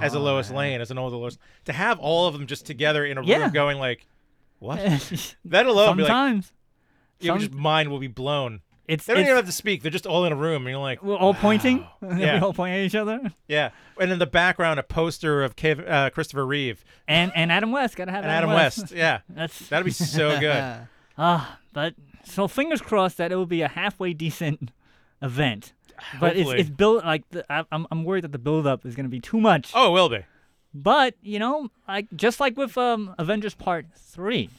Speaker 3: as a
Speaker 2: Oh,
Speaker 3: Lois Lane, as an older Lois, to have all of them just together in a
Speaker 2: Yeah.
Speaker 3: room going like, what? That alone, would be like,
Speaker 2: sometimes.
Speaker 3: yeah,
Speaker 2: some-
Speaker 3: just mind will be blown.
Speaker 2: It's,
Speaker 3: They don't
Speaker 2: it's-
Speaker 3: even have to speak. They're just all in a room, and you're like,
Speaker 2: we're all pointing.
Speaker 3: Yeah.
Speaker 2: we're all pointing at each other.
Speaker 3: yeah. And in the background, a poster of Kev, uh, Christopher Reeve
Speaker 2: And and Adam West gotta have
Speaker 3: and Adam West. Yeah,
Speaker 2: That's
Speaker 3: that'd be so good.
Speaker 2: ah, but so fingers crossed that it will be a halfway decent event. But it's,
Speaker 3: Hopefully.
Speaker 2: it's built like the, I, I'm I'm worried that the build up is gonna be too much.
Speaker 3: Oh, it will be
Speaker 2: But you know, like just like with um, Avengers Part Three,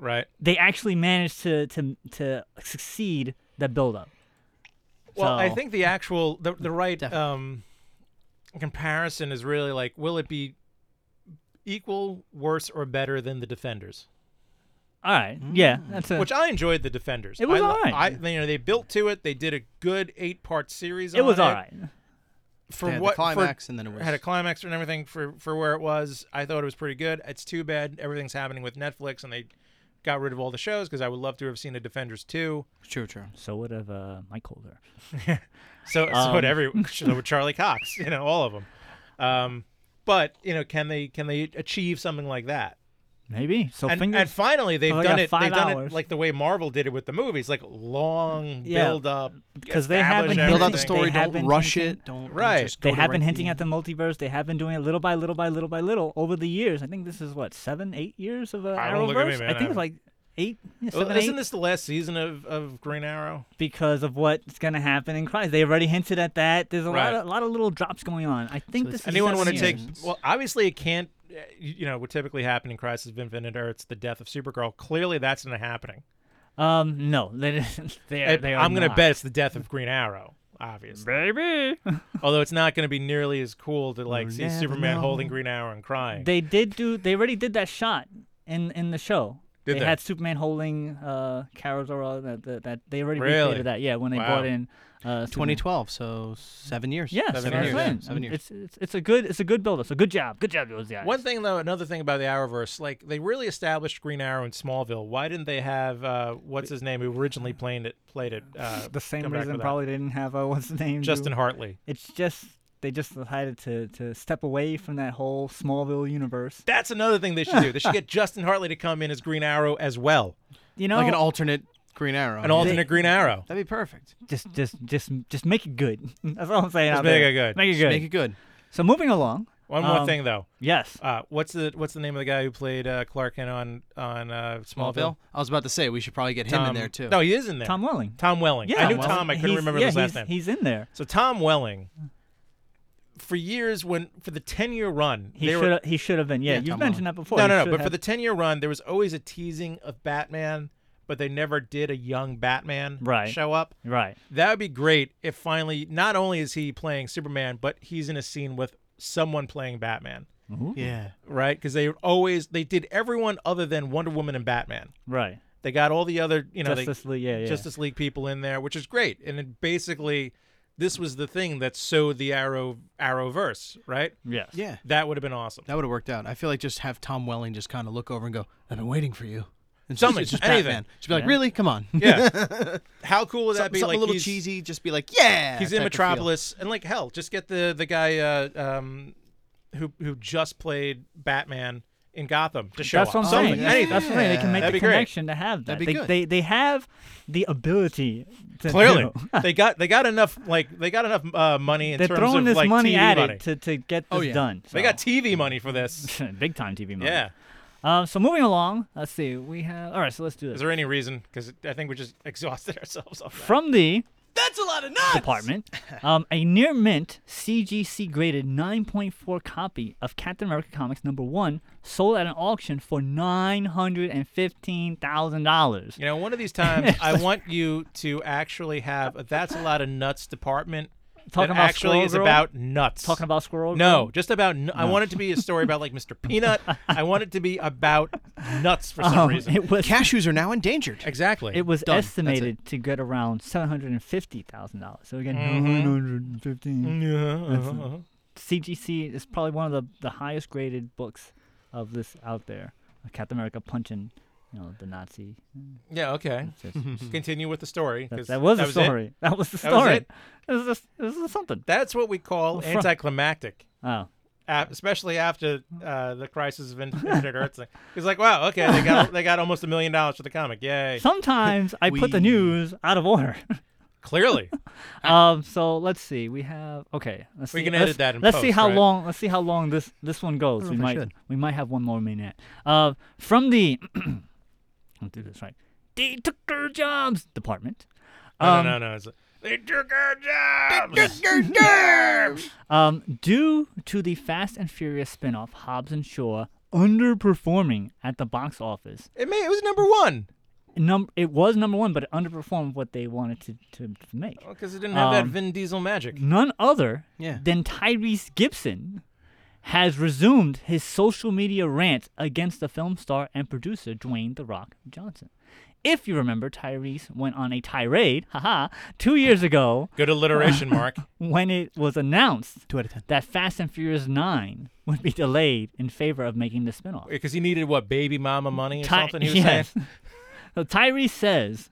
Speaker 3: right.
Speaker 2: they actually managed to to to succeed the build up.
Speaker 3: Well, I
Speaker 2: So-
Speaker 3: think the actual the the right um, comparison is really like, will it be equal, worse, or better than the Defenders?
Speaker 2: All right, yeah, that's a,
Speaker 3: Mm. Which I enjoyed the Defenders.
Speaker 2: It was
Speaker 3: I, lo-
Speaker 2: all right.
Speaker 3: I, you know, they built to it. They did a good eight part series.
Speaker 2: it was
Speaker 3: on
Speaker 2: all right.
Speaker 3: for
Speaker 4: They had the
Speaker 3: what
Speaker 4: climax
Speaker 3: for,
Speaker 4: and then it was-
Speaker 3: had a climax and everything for for where it was. I thought it was pretty good. It's too bad everything's happening with Netflix and they got rid of all the shows because I would love to have seen a Defenders two.
Speaker 4: True, true.
Speaker 2: So would have uh, Mike Holder.
Speaker 3: So so
Speaker 2: Um,
Speaker 3: would every so would Charlie Cox. You know all of them. Um, but you know, can they can they achieve something like that?
Speaker 2: Maybe. So
Speaker 3: And,
Speaker 2: fingers.
Speaker 3: and finally, they've
Speaker 2: Oh, they
Speaker 3: done
Speaker 2: got
Speaker 3: it.
Speaker 2: five
Speaker 3: They've done
Speaker 2: hours.
Speaker 3: it like the way Marvel did it with the movies, like long
Speaker 2: Yeah.
Speaker 3: build up.
Speaker 2: Because they haven't
Speaker 4: Build out
Speaker 2: They
Speaker 4: the
Speaker 3: everything.
Speaker 4: story.
Speaker 2: have
Speaker 4: Don't
Speaker 2: been
Speaker 4: rush
Speaker 2: hinting-
Speaker 4: it. Don't don't
Speaker 3: Right.
Speaker 4: just
Speaker 2: they
Speaker 4: go to
Speaker 2: have been
Speaker 4: right
Speaker 2: hinting
Speaker 4: the-
Speaker 2: at the multiverse. They have been doing it little by little by little by little over the years. I think this is what seven, eight years of uh,
Speaker 3: I don't look at me,
Speaker 2: Arrowverse.
Speaker 3: man.
Speaker 2: I think
Speaker 3: I-
Speaker 2: it's like eight, yeah,
Speaker 3: Well,
Speaker 2: seven, eight,
Speaker 3: isn't this the last season of, of Green Arrow?
Speaker 2: because of what's gonna happen in Christ. They already hinted at that. There's a
Speaker 3: Right.
Speaker 2: lot, of, a lot of little drops going on. I think
Speaker 4: it's
Speaker 2: this. is
Speaker 3: Anyone want to
Speaker 2: seven
Speaker 3: take?
Speaker 2: years.
Speaker 3: Well, obviously it can't. uh, You you know what typically happened in Crisis of Infinite Earths, the death of Supergirl. Clearly, that's not happening.
Speaker 2: Um, no, they, they, are,
Speaker 3: And
Speaker 2: they are.
Speaker 3: I'm gonna
Speaker 2: not.
Speaker 3: bet it's the death of Green Arrow. Obviously,
Speaker 2: baby.
Speaker 3: although it's not going to be nearly as cool to like see
Speaker 2: never
Speaker 3: Superman
Speaker 2: know.
Speaker 3: holding Green Arrow and crying.
Speaker 2: they did do. They already did that shot in in the show.
Speaker 3: Did they?
Speaker 2: had Superman holding uh Kara Zor-El. That, that, that they already
Speaker 3: Really?
Speaker 2: recreated that. Yeah, when they
Speaker 3: Wow.
Speaker 2: brought in uh, Superman.
Speaker 4: 2012, so seven years.
Speaker 2: Yeah,
Speaker 4: seven
Speaker 2: so that's
Speaker 4: years.
Speaker 2: what I'm saying.
Speaker 4: Seven years.
Speaker 2: It's, it's it's a good it's a good build up. So good job, good job, those guys.
Speaker 3: One thing though, another thing about the Arrowverse, like they really established Green Arrow in Smallville. Why didn't they have uh, what's his name who originally played it? Played it. Uh,
Speaker 2: the same
Speaker 3: come back
Speaker 2: reason
Speaker 3: with that?
Speaker 2: probably they didn't have uh, what's the name? do-
Speaker 3: Justin Hartley.
Speaker 2: It's just they just decided to to step away from that whole Smallville universe.
Speaker 3: That's another thing they should do. They should get Justin Hartley to come in as Green Arrow as well,
Speaker 2: You know,
Speaker 4: like an alternate Green Arrow.
Speaker 3: an alternate Green Arrow.
Speaker 4: That'd be perfect.
Speaker 2: just just just just make it good. That's all I'm saying.
Speaker 3: Just
Speaker 2: out
Speaker 3: make
Speaker 2: there.
Speaker 3: it good.
Speaker 2: Make it
Speaker 4: Just
Speaker 2: good.
Speaker 4: Make it good.
Speaker 2: So moving along.
Speaker 3: One more
Speaker 2: um,
Speaker 3: thing though.
Speaker 2: Yes.
Speaker 3: Uh, what's the what's the name of the guy who played uh, Clark Kent on on uh, Smallville?
Speaker 4: Smallville. I was about to say we should probably get him in
Speaker 3: Tom-
Speaker 4: there too.
Speaker 3: No, he is in there.
Speaker 2: Tom Welling.
Speaker 3: Tom Welling.
Speaker 2: Yeah,
Speaker 3: I knew
Speaker 2: well,
Speaker 3: Tom. I couldn't
Speaker 2: he's-
Speaker 3: remember
Speaker 2: yeah,
Speaker 3: his last
Speaker 2: he's-
Speaker 3: name.
Speaker 2: He's in there.
Speaker 3: so Tom Welling, for years when for the ten year run,
Speaker 2: He
Speaker 3: they
Speaker 2: should
Speaker 3: were,
Speaker 2: have. he should have been. Yeah,
Speaker 4: Yeah,
Speaker 2: you've
Speaker 4: Tom
Speaker 2: mentioned that before.
Speaker 3: no
Speaker 2: He
Speaker 3: no no.
Speaker 2: should
Speaker 3: But for
Speaker 2: have-
Speaker 3: the ten year run, there was always a teasing of Batman, but they never did a young Batman
Speaker 2: Right.
Speaker 3: show up.
Speaker 2: right.
Speaker 3: That would be great if finally not only is he playing Superman, but he's in a scene with someone playing Batman.
Speaker 4: Yeah.
Speaker 3: Right, because they always they did everyone other than Wonder Woman and Batman.
Speaker 2: Right.
Speaker 3: They got all the other, you know, they-
Speaker 2: Justice League. Yeah, yeah.
Speaker 3: Justice League people in there, which is great. And it basically, this was the thing that sowed the Arrow Arrowverse, right?
Speaker 2: yes.
Speaker 4: Yeah.
Speaker 3: That would have been awesome.
Speaker 4: That would have worked out. I feel like just have Tom Welling just kind of look over and go, "I've been waiting for you." And it's
Speaker 3: Something,
Speaker 4: just, it's just
Speaker 3: anything.
Speaker 4: Batman. Just be like,
Speaker 2: Yeah.
Speaker 4: "Really? Come on."
Speaker 3: Yeah. How cool would that
Speaker 4: Something,
Speaker 3: be?
Speaker 4: something
Speaker 3: like
Speaker 4: a little
Speaker 3: he's,
Speaker 4: cheesy. Just be like, "Yeah."
Speaker 3: He's
Speaker 4: type
Speaker 3: in
Speaker 4: of feel.
Speaker 3: Metropolis, and like hell, just get the the guy uh, um, who who just played Batman in Gotham to show
Speaker 2: That's
Speaker 3: up.
Speaker 2: what I'm
Speaker 3: Something,
Speaker 2: saying.
Speaker 4: Oh, yeah.
Speaker 3: anything.
Speaker 2: That's what I'm saying. They can make
Speaker 3: That'd
Speaker 2: the
Speaker 3: be great.
Speaker 2: connection to have that.
Speaker 4: That'd be
Speaker 2: they,
Speaker 4: good.
Speaker 2: they they have the ability to
Speaker 3: Clearly,
Speaker 2: do.
Speaker 3: they got they got enough like they got enough uh, money in
Speaker 2: They're
Speaker 3: terms
Speaker 2: throwing
Speaker 3: of
Speaker 2: this
Speaker 3: like
Speaker 2: money
Speaker 3: TV
Speaker 2: at
Speaker 3: money.
Speaker 2: it to, to get this
Speaker 4: Oh, yeah.
Speaker 2: done.
Speaker 3: They
Speaker 2: so.
Speaker 3: got TV money for this.
Speaker 2: big time TV money.
Speaker 3: Yeah.
Speaker 2: Um, so moving along, let's see. We have all right. So let's do
Speaker 3: Is
Speaker 2: this
Speaker 3: there any reason? Because I think we just exhausted ourselves off that.
Speaker 2: from the
Speaker 3: That's a lot of nuts.
Speaker 2: department. Um, a near mint CGC graded 9.4 copy of Captain America Comics number one sold at an auction for nine hundred and fifteen thousand dollars.
Speaker 3: You know, one of these times, I want you to actually have a that's a lot of nuts department.
Speaker 2: Talking
Speaker 3: that
Speaker 2: about
Speaker 3: actually is
Speaker 2: Squirrel Girl?
Speaker 3: about nuts.
Speaker 2: Talking about Squirrel.
Speaker 3: no,
Speaker 2: Girl?
Speaker 3: just about. nu- I want it to be a story about like Mr. Peanut. I want it to be about nuts for some
Speaker 2: Um,
Speaker 3: reason.
Speaker 2: it was
Speaker 4: Cashews are now endangered.
Speaker 3: exactly.
Speaker 2: It was
Speaker 4: Done. That's it.
Speaker 2: estimated to get around seven hundred and fifty thousand dollars. So again,
Speaker 3: Mm-hmm.
Speaker 2: nine hundred and fifteen.
Speaker 3: Yeah, uh-huh, uh-huh.
Speaker 2: CGC is probably one of the, the highest graded books of this out there. Captain America punching, you know, the Nazi.
Speaker 3: Yeah. Okay.
Speaker 2: It's just-
Speaker 3: Continue with the story.
Speaker 2: that,
Speaker 3: 'cause
Speaker 2: that was the
Speaker 3: it.
Speaker 2: story. That was the
Speaker 3: That was
Speaker 2: story.
Speaker 3: it.
Speaker 2: It was just it was just something.
Speaker 3: That's what we call
Speaker 2: From-
Speaker 3: anticlimactic.
Speaker 2: Oh,
Speaker 3: a- especially after uh, the crisis of Infinite Earths. thing. He's like, wow, okay, they got they got almost a million dollars for the comic, yay!
Speaker 2: sometimes I put the
Speaker 4: We-
Speaker 2: news out of order.
Speaker 3: Clearly.
Speaker 2: um, so let's see. We have okay. Let's
Speaker 3: We
Speaker 2: see.
Speaker 3: can
Speaker 2: let's,
Speaker 3: edit that in
Speaker 2: Let's see
Speaker 3: post,
Speaker 2: how
Speaker 3: right?
Speaker 2: long. Let's see how long this this one goes. We
Speaker 4: if I
Speaker 2: might
Speaker 4: should.
Speaker 2: we might have one more minute. Uh, from the I'll do this right. They took our jobs department.
Speaker 3: No,
Speaker 2: Um,
Speaker 3: no, no, no. It's like, they took our jobs.
Speaker 2: Um, due to the Fast and Furious spin-off Hobbs and Shaw underperforming at the box office,
Speaker 3: It may. It was number one
Speaker 2: num- it was number one, but it underperformed what they wanted to, to, to make.
Speaker 3: because it didn't have that
Speaker 2: Um,
Speaker 3: Vin Diesel magic.
Speaker 2: None other
Speaker 4: Yeah.
Speaker 2: than Tyrese Gibson has resumed his social media rant against the film star and producer Dwayne The Rock Johnson. If you remember, Tyrese went on a tirade, haha, two years ago
Speaker 3: Good alliteration, Mark.
Speaker 2: when it was announced
Speaker 4: Two out of ten.
Speaker 2: that Fast and Furious 9 would be delayed in favor of making the spinoff.
Speaker 3: Because he needed what baby mama money or
Speaker 2: Ty-
Speaker 3: something. He was
Speaker 2: yes.
Speaker 3: saying.
Speaker 2: So Tyrese says,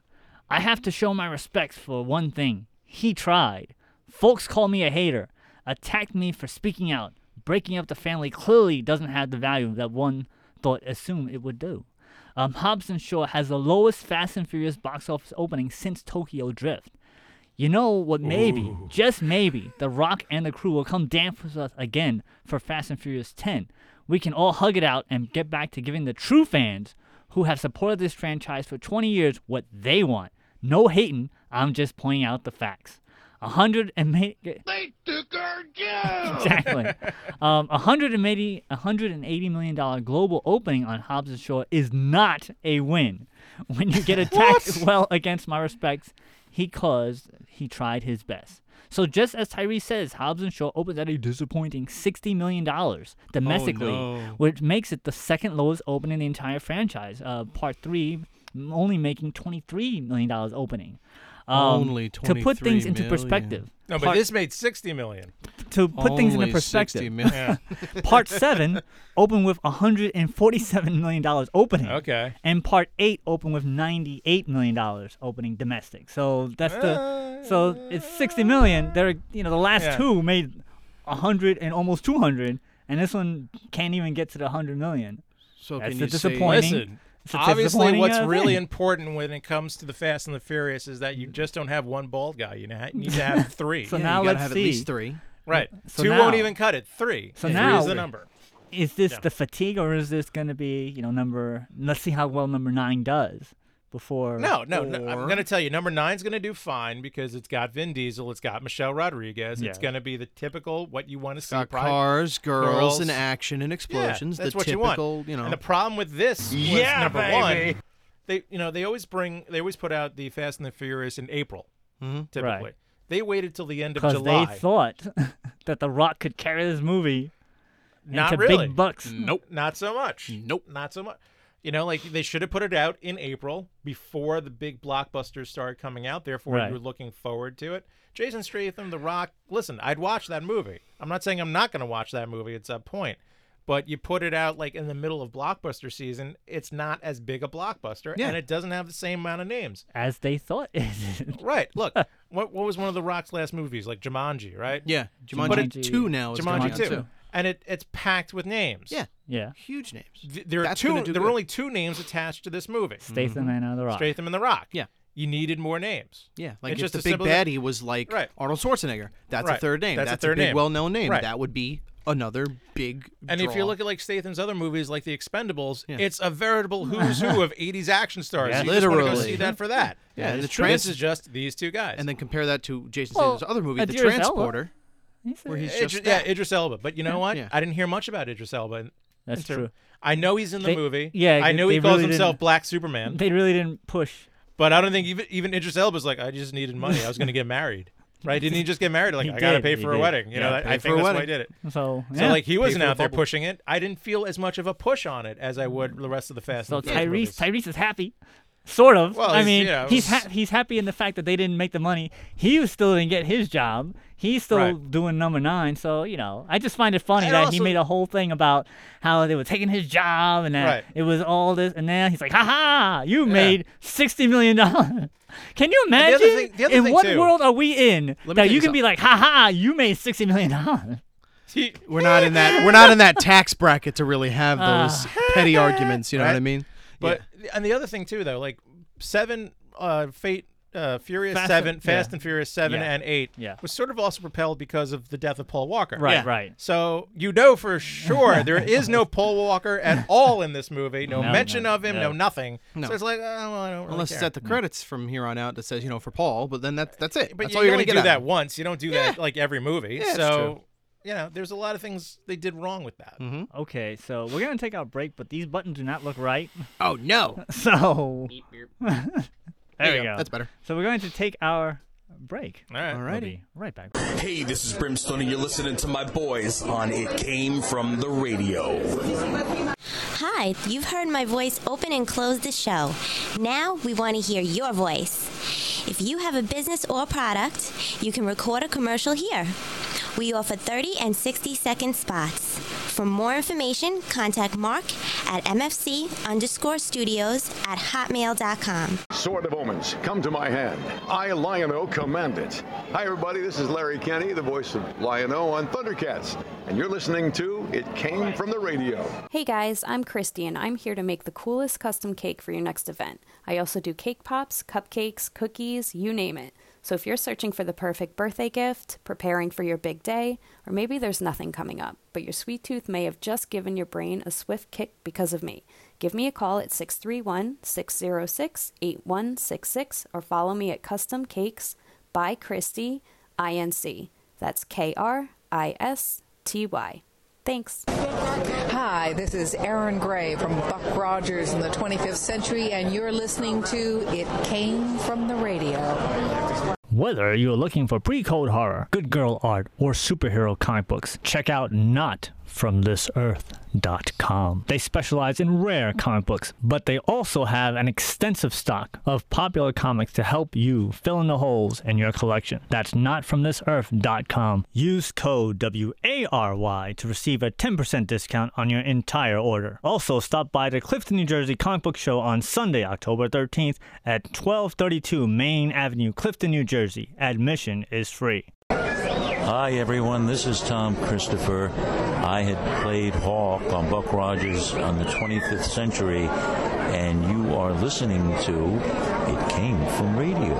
Speaker 2: I have to show my respects for one thing. He tried. Folks call me a hater, attacked me for speaking out. Breaking up the family clearly doesn't have the value that one thought assumed it would do. Um, Hobbs and Shaw has the lowest Fast and Furious box office opening since Tokyo Drift. You know what? Maybe, just maybe, The Rock and the crew will come dance with us again for Fast and Furious 10. We can all hug it out and get back to giving the true fans who have supported this franchise for 20 years what they want. No hating, I'm just pointing out the facts. A hundred and ma- exactly. Um, a hundred and eighty, a hundred and eighty million dollar global opening on Hobbs and Shaw is not a win. When you get attacked well against my respects, he caused. He tried his best. So just as Tyree says, Hobbs and Shaw opens at a disappointing sixty million dollars domestically,
Speaker 4: Oh, no.
Speaker 2: which makes it the second lowest opening in the entire franchise. Uh, part three only making twenty three million dollars opening. Um,
Speaker 4: Only
Speaker 2: to put things into
Speaker 4: 23 million.
Speaker 2: perspective.
Speaker 3: No, but
Speaker 2: part-
Speaker 3: this made sixty million.
Speaker 2: to put things into perspective. Part seven opened with 147 million dollars opening.
Speaker 3: Okay.
Speaker 2: And part eight opened with 98 million dollars opening domestic. So that's the so it's 60 million. They're you know the last
Speaker 3: Yeah.
Speaker 2: two made 100 and almost 200, and this one can't even get to the 100 million.
Speaker 4: so
Speaker 2: That's
Speaker 4: can
Speaker 2: the
Speaker 4: you say-
Speaker 2: disappointment. Pointing.
Speaker 3: Listen.
Speaker 2: It's a
Speaker 3: Obviously,
Speaker 2: disappointing,
Speaker 3: what's
Speaker 2: uh,
Speaker 3: really
Speaker 2: thing.
Speaker 3: important when it comes to the Fast and the Furious is that you just don't have one bald guy. You na- need to have three.
Speaker 2: So
Speaker 4: Yeah,
Speaker 2: now
Speaker 4: you gotta
Speaker 2: let's
Speaker 4: have
Speaker 2: see.
Speaker 4: at least three.
Speaker 3: right.
Speaker 2: so
Speaker 3: Two won't
Speaker 2: now-
Speaker 3: even cut it. Three.
Speaker 2: So
Speaker 3: three
Speaker 2: now-
Speaker 3: is the number.
Speaker 2: is this the fatigue or is this going to be you know number? Let's see how well number nine does before.
Speaker 3: No, no, no. I'm
Speaker 4: Or-
Speaker 3: going to tell you, number nine's going to do fine because it's got Vin Diesel, it's got Michelle Rodriguez, it's
Speaker 2: Yeah.
Speaker 3: going to be the typical what you want to see.
Speaker 4: Got
Speaker 3: pri-
Speaker 4: cars, girls,
Speaker 3: girls.
Speaker 4: and action and
Speaker 3: Yeah,
Speaker 4: explosions.
Speaker 3: that's
Speaker 4: the
Speaker 3: what
Speaker 4: typical,
Speaker 3: you want.
Speaker 4: know.
Speaker 3: And the problem with this, was, number one, they you know they always bring they always put out the Fast and the Furious in April, typically.
Speaker 2: Right.
Speaker 3: They waited till the end of
Speaker 2: because
Speaker 3: July.
Speaker 2: they thought that The Rock could carry this movie
Speaker 3: Not
Speaker 2: into
Speaker 3: really.
Speaker 2: big bucks.
Speaker 4: Mm.
Speaker 3: Nope. Not so much. Nope. Not so much. You know, like they should have put it out in April before the big blockbusters started coming out. Therefore,
Speaker 2: Right.
Speaker 3: you were looking forward to it. Jason Statham, The Rock. Listen, I'd watch that movie. I'm not saying I'm not going to watch that movie at some point, but you put it out like in the middle of blockbuster season. It's not as big a blockbuster,
Speaker 4: Yeah.
Speaker 3: and it doesn't have the same amount of names.
Speaker 2: As they thought it did.
Speaker 3: Right. Look, what what was one of The Rock's last movies? Like Jumanji, right?
Speaker 4: yeah, Jumanji,
Speaker 3: But
Speaker 2: it-
Speaker 4: two now. Is
Speaker 3: Jumanji
Speaker 4: coming out,
Speaker 3: too.
Speaker 4: too.
Speaker 3: And it it's packed with names.
Speaker 4: Yeah,
Speaker 2: Yeah.
Speaker 4: huge names.
Speaker 3: Th- there are
Speaker 4: That's
Speaker 3: two.
Speaker 4: gonna
Speaker 3: There
Speaker 4: do
Speaker 3: are
Speaker 4: good.
Speaker 3: only two names attached to this movie:
Speaker 2: Statham and The Rock.
Speaker 3: Stratham and The Rock.
Speaker 4: Yeah.
Speaker 3: you needed more names.
Speaker 4: Yeah, like
Speaker 3: It's
Speaker 4: if
Speaker 3: just as
Speaker 4: the big
Speaker 3: simple as-
Speaker 4: baddie was like
Speaker 3: Right.
Speaker 4: Arnold Schwarzenegger, that's
Speaker 3: Right.
Speaker 4: a third name.
Speaker 3: That's a
Speaker 4: That's,
Speaker 3: third
Speaker 4: big,
Speaker 3: name.
Speaker 4: well-known name.
Speaker 3: Right.
Speaker 4: That would be another big.
Speaker 3: And if you
Speaker 4: draw.
Speaker 3: look at like Statham's other movies, like The Expendables, it's a veritable who's who of '80s action stars.
Speaker 2: Yeah.
Speaker 3: you just wanna go
Speaker 4: Literally.
Speaker 3: see that for that.
Speaker 4: Yeah, and the
Speaker 3: So this
Speaker 4: trans
Speaker 3: is just these two guys. Uh,
Speaker 4: and then compare that to Jason
Speaker 2: Well,
Speaker 4: Statham's other movie, The
Speaker 2: Idris Elba.
Speaker 4: Transporter, where he's
Speaker 3: Idris,
Speaker 4: just
Speaker 3: yeah,
Speaker 4: that.
Speaker 3: Idris Elba. But you know what?
Speaker 4: Yeah.
Speaker 3: I didn't hear much about Idris Elba. in-
Speaker 2: That's
Speaker 3: in term-
Speaker 2: true.
Speaker 3: I know he's in the
Speaker 2: They-
Speaker 3: movie.
Speaker 2: yeah,
Speaker 3: I
Speaker 2: they-
Speaker 3: know he
Speaker 2: they
Speaker 3: calls
Speaker 2: really
Speaker 3: himself
Speaker 2: didn't-
Speaker 3: Black Superman,
Speaker 2: They really didn't push.
Speaker 3: but I don't think even even Idris Elba's like, I just needed money. I was going to get married, right? Didn't he just get married? Like,
Speaker 2: He
Speaker 3: I got to
Speaker 2: did,
Speaker 3: pay
Speaker 2: he
Speaker 3: for a
Speaker 2: did.
Speaker 3: wedding. You know,
Speaker 2: Yeah,
Speaker 3: I,
Speaker 4: pay
Speaker 3: I
Speaker 4: for a
Speaker 3: think that's why I
Speaker 4: wedding.
Speaker 3: did it.
Speaker 2: So,
Speaker 3: So
Speaker 2: yeah.
Speaker 3: like he wasn't
Speaker 4: for the
Speaker 3: out there
Speaker 4: bubble.
Speaker 3: pushing it. I didn't feel as much of a push on it as I would the rest of the Fast
Speaker 2: so
Speaker 3: and
Speaker 2: Tyrese,
Speaker 3: Furious movies.
Speaker 2: Tyrese is happy. Sort of.
Speaker 3: Well,
Speaker 2: I
Speaker 3: he's-
Speaker 2: mean,
Speaker 3: yeah, it
Speaker 2: he's
Speaker 3: was-
Speaker 2: ha- he's happy in the fact that they didn't make the money. He was still didn't get his job. He's still
Speaker 3: Right.
Speaker 2: doing number nine. So you know, I just find it funny
Speaker 3: And
Speaker 2: that he
Speaker 3: also-
Speaker 2: made a whole thing about how they were taking his job and that
Speaker 3: Right.
Speaker 2: it was all this. And now he's like, "Ha ha! You made sixty million dollars." Can you
Speaker 3: the
Speaker 2: imagine?
Speaker 3: other thing- the other
Speaker 2: in
Speaker 3: thing,
Speaker 2: what
Speaker 3: too-
Speaker 2: world are we in
Speaker 4: me
Speaker 2: that
Speaker 4: tell
Speaker 2: you
Speaker 4: you
Speaker 2: can be like, "Ha ha! You made sixty million dollars."
Speaker 3: He-
Speaker 4: We're not in that. We're not in that tax bracket to really have those petty arguments. You know
Speaker 3: Right.
Speaker 4: what I mean?
Speaker 3: but and the other thing too, though, like seven uh, Fate. uh, Furious
Speaker 2: Fast and-
Speaker 3: Seven, Fast
Speaker 2: yeah.
Speaker 3: and Furious Seven
Speaker 2: Yeah.
Speaker 3: and Eight,
Speaker 2: Yeah.
Speaker 3: was sort of also propelled because of the death of Paul Walker.
Speaker 2: Right, Yeah. right.
Speaker 3: So you know for sure there is no Paul Walker at all in this movie. No,
Speaker 2: No,
Speaker 3: mention
Speaker 2: no,
Speaker 3: of him. No,
Speaker 2: no.
Speaker 3: nothing.
Speaker 4: No.
Speaker 3: So it's like, oh, well, I don't really
Speaker 4: Unless it's
Speaker 3: care.
Speaker 4: at the credits from here on out that says, you know, for Paul, but then that's that's it.
Speaker 3: But
Speaker 4: that's
Speaker 3: you
Speaker 4: all you're
Speaker 3: only
Speaker 4: gonna get
Speaker 3: do
Speaker 4: out
Speaker 3: that
Speaker 4: of it.
Speaker 3: once. You don't do that like every movie.
Speaker 4: Yeah, it's
Speaker 3: so you know, there's a lot of things they did wrong with that.
Speaker 4: Mm-hmm.
Speaker 2: Okay, so we're gonna take our break, but these buttons do not look right.
Speaker 4: Oh no.
Speaker 2: So there we go.
Speaker 4: That's better.
Speaker 2: So we're going to take our break.
Speaker 3: All right.
Speaker 4: All
Speaker 2: We'll
Speaker 4: righty.
Speaker 2: be right back.
Speaker 5: Hey, this is Brimstone, and you're listening to my boys on It Came From the Radio.
Speaker 6: Hi, you've heard my voice open and close the show. Now we want to hear your voice. If you have a business or product, you can record a commercial here. We offer 30 and 60 second spots. For more information, contact Mark at mfc underscore studios at hotmail.com.
Speaker 7: Sword of Omens, come to my hand. I, Lion-O, command it. Hi, everybody. This is Larry Kenny, the voice of Lion-O on Thundercats, and you're listening to It Came From the Radio.
Speaker 8: Hey guys, I'm Christy and I'm here to make the coolest custom cake for your next event. I also do cake pops, cupcakes, cookies, you name it. So if you're searching for the perfect birthday gift, preparing for your big day, or maybe there's nothing coming up, but your sweet tooth may have just given your brain a swift kick because of me. Give me a call at 631 606 8166 or follow me at Custom Cakes by Christy INC. That's K R I S T Y. Thanks.
Speaker 9: Hi, this is Aaron Gray from Buck Rogers in the 25th Century, and you're listening to It Came From the Radio.
Speaker 2: Whether you're looking for pre-code horror, good girl art, or superhero comic books, check out nottfromthisearth.com. They specialize in rare comic books, but they also have an extensive stock of popular comics to help you fill in the holes in your collection. That's notfromthisearth.com. Use code WARY to receive a 10% discount on your entire order. Also, stop by the Clifton, New Jersey comic book show on Sunday, October 13th at 1232 Main Avenue, Clifton, New Jersey. Admission is free.
Speaker 10: Hi, everyone. This is Tom Christopher. I had played Hawk on Buck Rogers on the 25th century, and you are listening to It Came From Radio.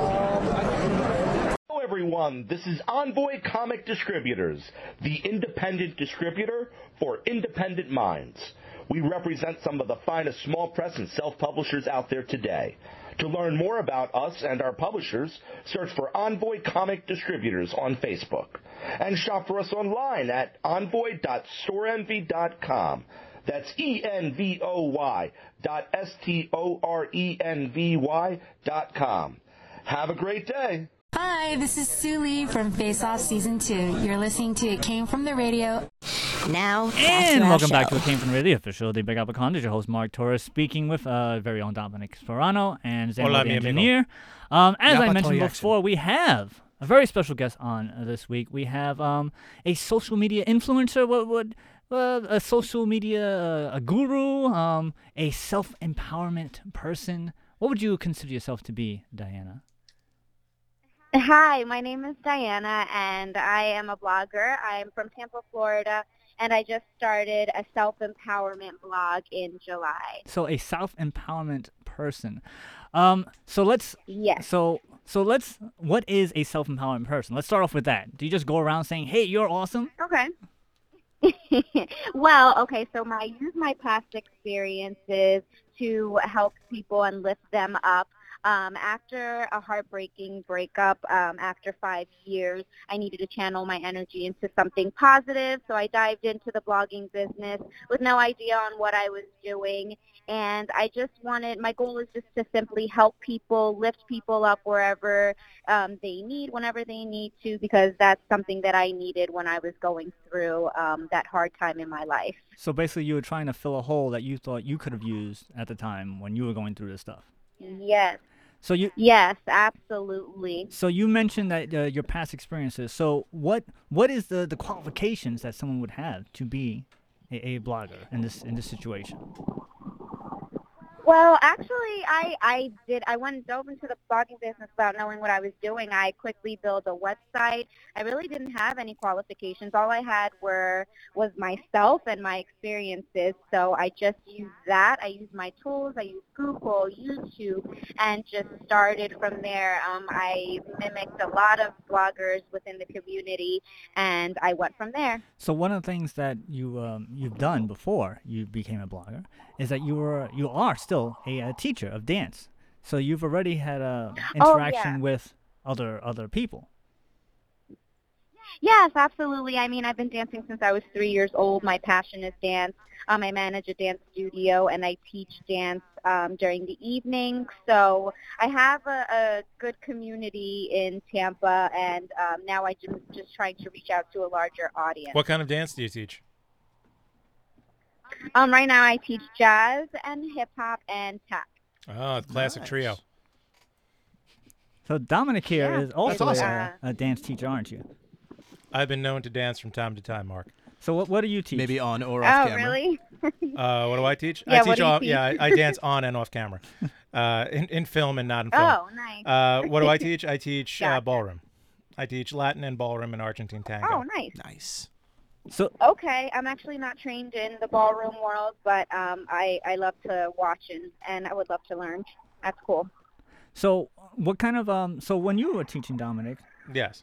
Speaker 11: Hello, everyone. This is Envoy Comic Distributors, the independent distributor for independent minds. We represent some of the finest small press and self publishers out there today. To learn more about us and our publishers, search for Envoy Comic Distributors on Facebook. And shop for us online at envoy.storenv.com. That's E N V O Y dot S T O R E N V Y dot com. Have a great day.
Speaker 12: Hi, this is Sue Lee from Face Off Season 2. You're listening to It Came From the Radio
Speaker 6: Now, back
Speaker 2: And
Speaker 6: to our
Speaker 2: welcome back
Speaker 6: show.
Speaker 2: to the Came From Radio official, the Big Apple Conda. Your host, Mark Torres, speaking with uh, very own Dominic Sperano and Zan,
Speaker 3: Hola,
Speaker 2: the
Speaker 3: mi amigo.
Speaker 2: engineer. Um, as I
Speaker 4: Yapa
Speaker 2: mentioned
Speaker 4: Toyaxin.
Speaker 2: before, we have a very special guest on uh, this week. We have um, a social media influencer, what would uh, a social media uh, a guru, um, a self empowerment person. What would you consider yourself to be, Diana?
Speaker 12: Hi, my name is Diana, and I am a blogger. I'm from Tampa, Florida, and I just started a self-empowerment blog in July.
Speaker 2: So a self empowerment person. Um, so let's
Speaker 12: Yes.
Speaker 2: So so let's what is a self empowerment person? Let's start off with that. Do you just go around saying, Hey, you're awesome?
Speaker 12: Okay. well, okay, so my I use my past experiences to help people and lift them up. Um, after a heartbreaking breakup, um, after five years, I needed to channel my energy into something positive. So I dived into the blogging business with no idea on what I was doing. And I just wanted, my goal is just to simply help people, lift people up wherever um, they need, whenever they need to, because that's something that I needed when I was going through um, that hard time in my life.
Speaker 2: So basically you were trying to fill a hole that you thought you could have used at the time when you were going through this stuff.
Speaker 12: Yes,
Speaker 2: So you
Speaker 12: yes, absolutely.
Speaker 2: so you mentioned that uh, your past experiences. So what what is the, the qualifications that someone would have to be a, a blogger in this in this situation?
Speaker 12: Well, actually, I I did. I wanted to open to the blogging business without knowing what I was doing. I quickly built a website. I really didn't have any qualifications. All I had were was myself and my experiences. So I just used that. I used my tools. I used Google, YouTube, and just started from there. Um, I mimicked a lot of bloggers within the community, and I went from there.
Speaker 2: So one of the things that you um, you've done before you became a blogger is that you were you are still a, uh teacher of dance. So you've already had a
Speaker 12: Oh,
Speaker 2: interaction
Speaker 12: yeah.
Speaker 2: with other other people.
Speaker 12: Yes, absolutely. I mean, I've been dancing since I was three years old. My passion is dance. Um, I manage a dance studio and I teach dance um, during the evening. So I have a, a good community in Tampa, and um, now I'm just, just trying to reach out to a larger audience.
Speaker 3: What kind of dance do you teach?
Speaker 12: Um, right now, I teach jazz and hip hop and tap.
Speaker 3: Oh, classic trio.
Speaker 2: So Dominic here
Speaker 12: Yeah,
Speaker 2: is also
Speaker 12: awesome.
Speaker 2: a, a dance teacher, aren't you?
Speaker 3: I've been known to dance from time to time, Mark.
Speaker 2: So what what do you teach?
Speaker 4: Maybe on or
Speaker 12: Oh, really?
Speaker 3: Uh, what do I teach?
Speaker 12: Yeah,
Speaker 3: I
Speaker 12: what
Speaker 3: teach
Speaker 12: do you
Speaker 3: all. Yeah, I,
Speaker 12: teach?
Speaker 3: I dance on and off camera, uh, in in film and not in film.
Speaker 12: Oh, nice.
Speaker 3: Uh, what do I teach? I teach uh,
Speaker 12: Gotcha.
Speaker 3: ballroom. I teach Latin and ballroom and Argentine tango.
Speaker 12: Oh, nice.
Speaker 4: Nice.
Speaker 2: So
Speaker 12: Okay, I'm actually not trained in the ballroom world, but um, I I love to watch and and I would love to learn. That's cool.
Speaker 2: So what kind of um? So when you were teaching Dominic,
Speaker 3: yes.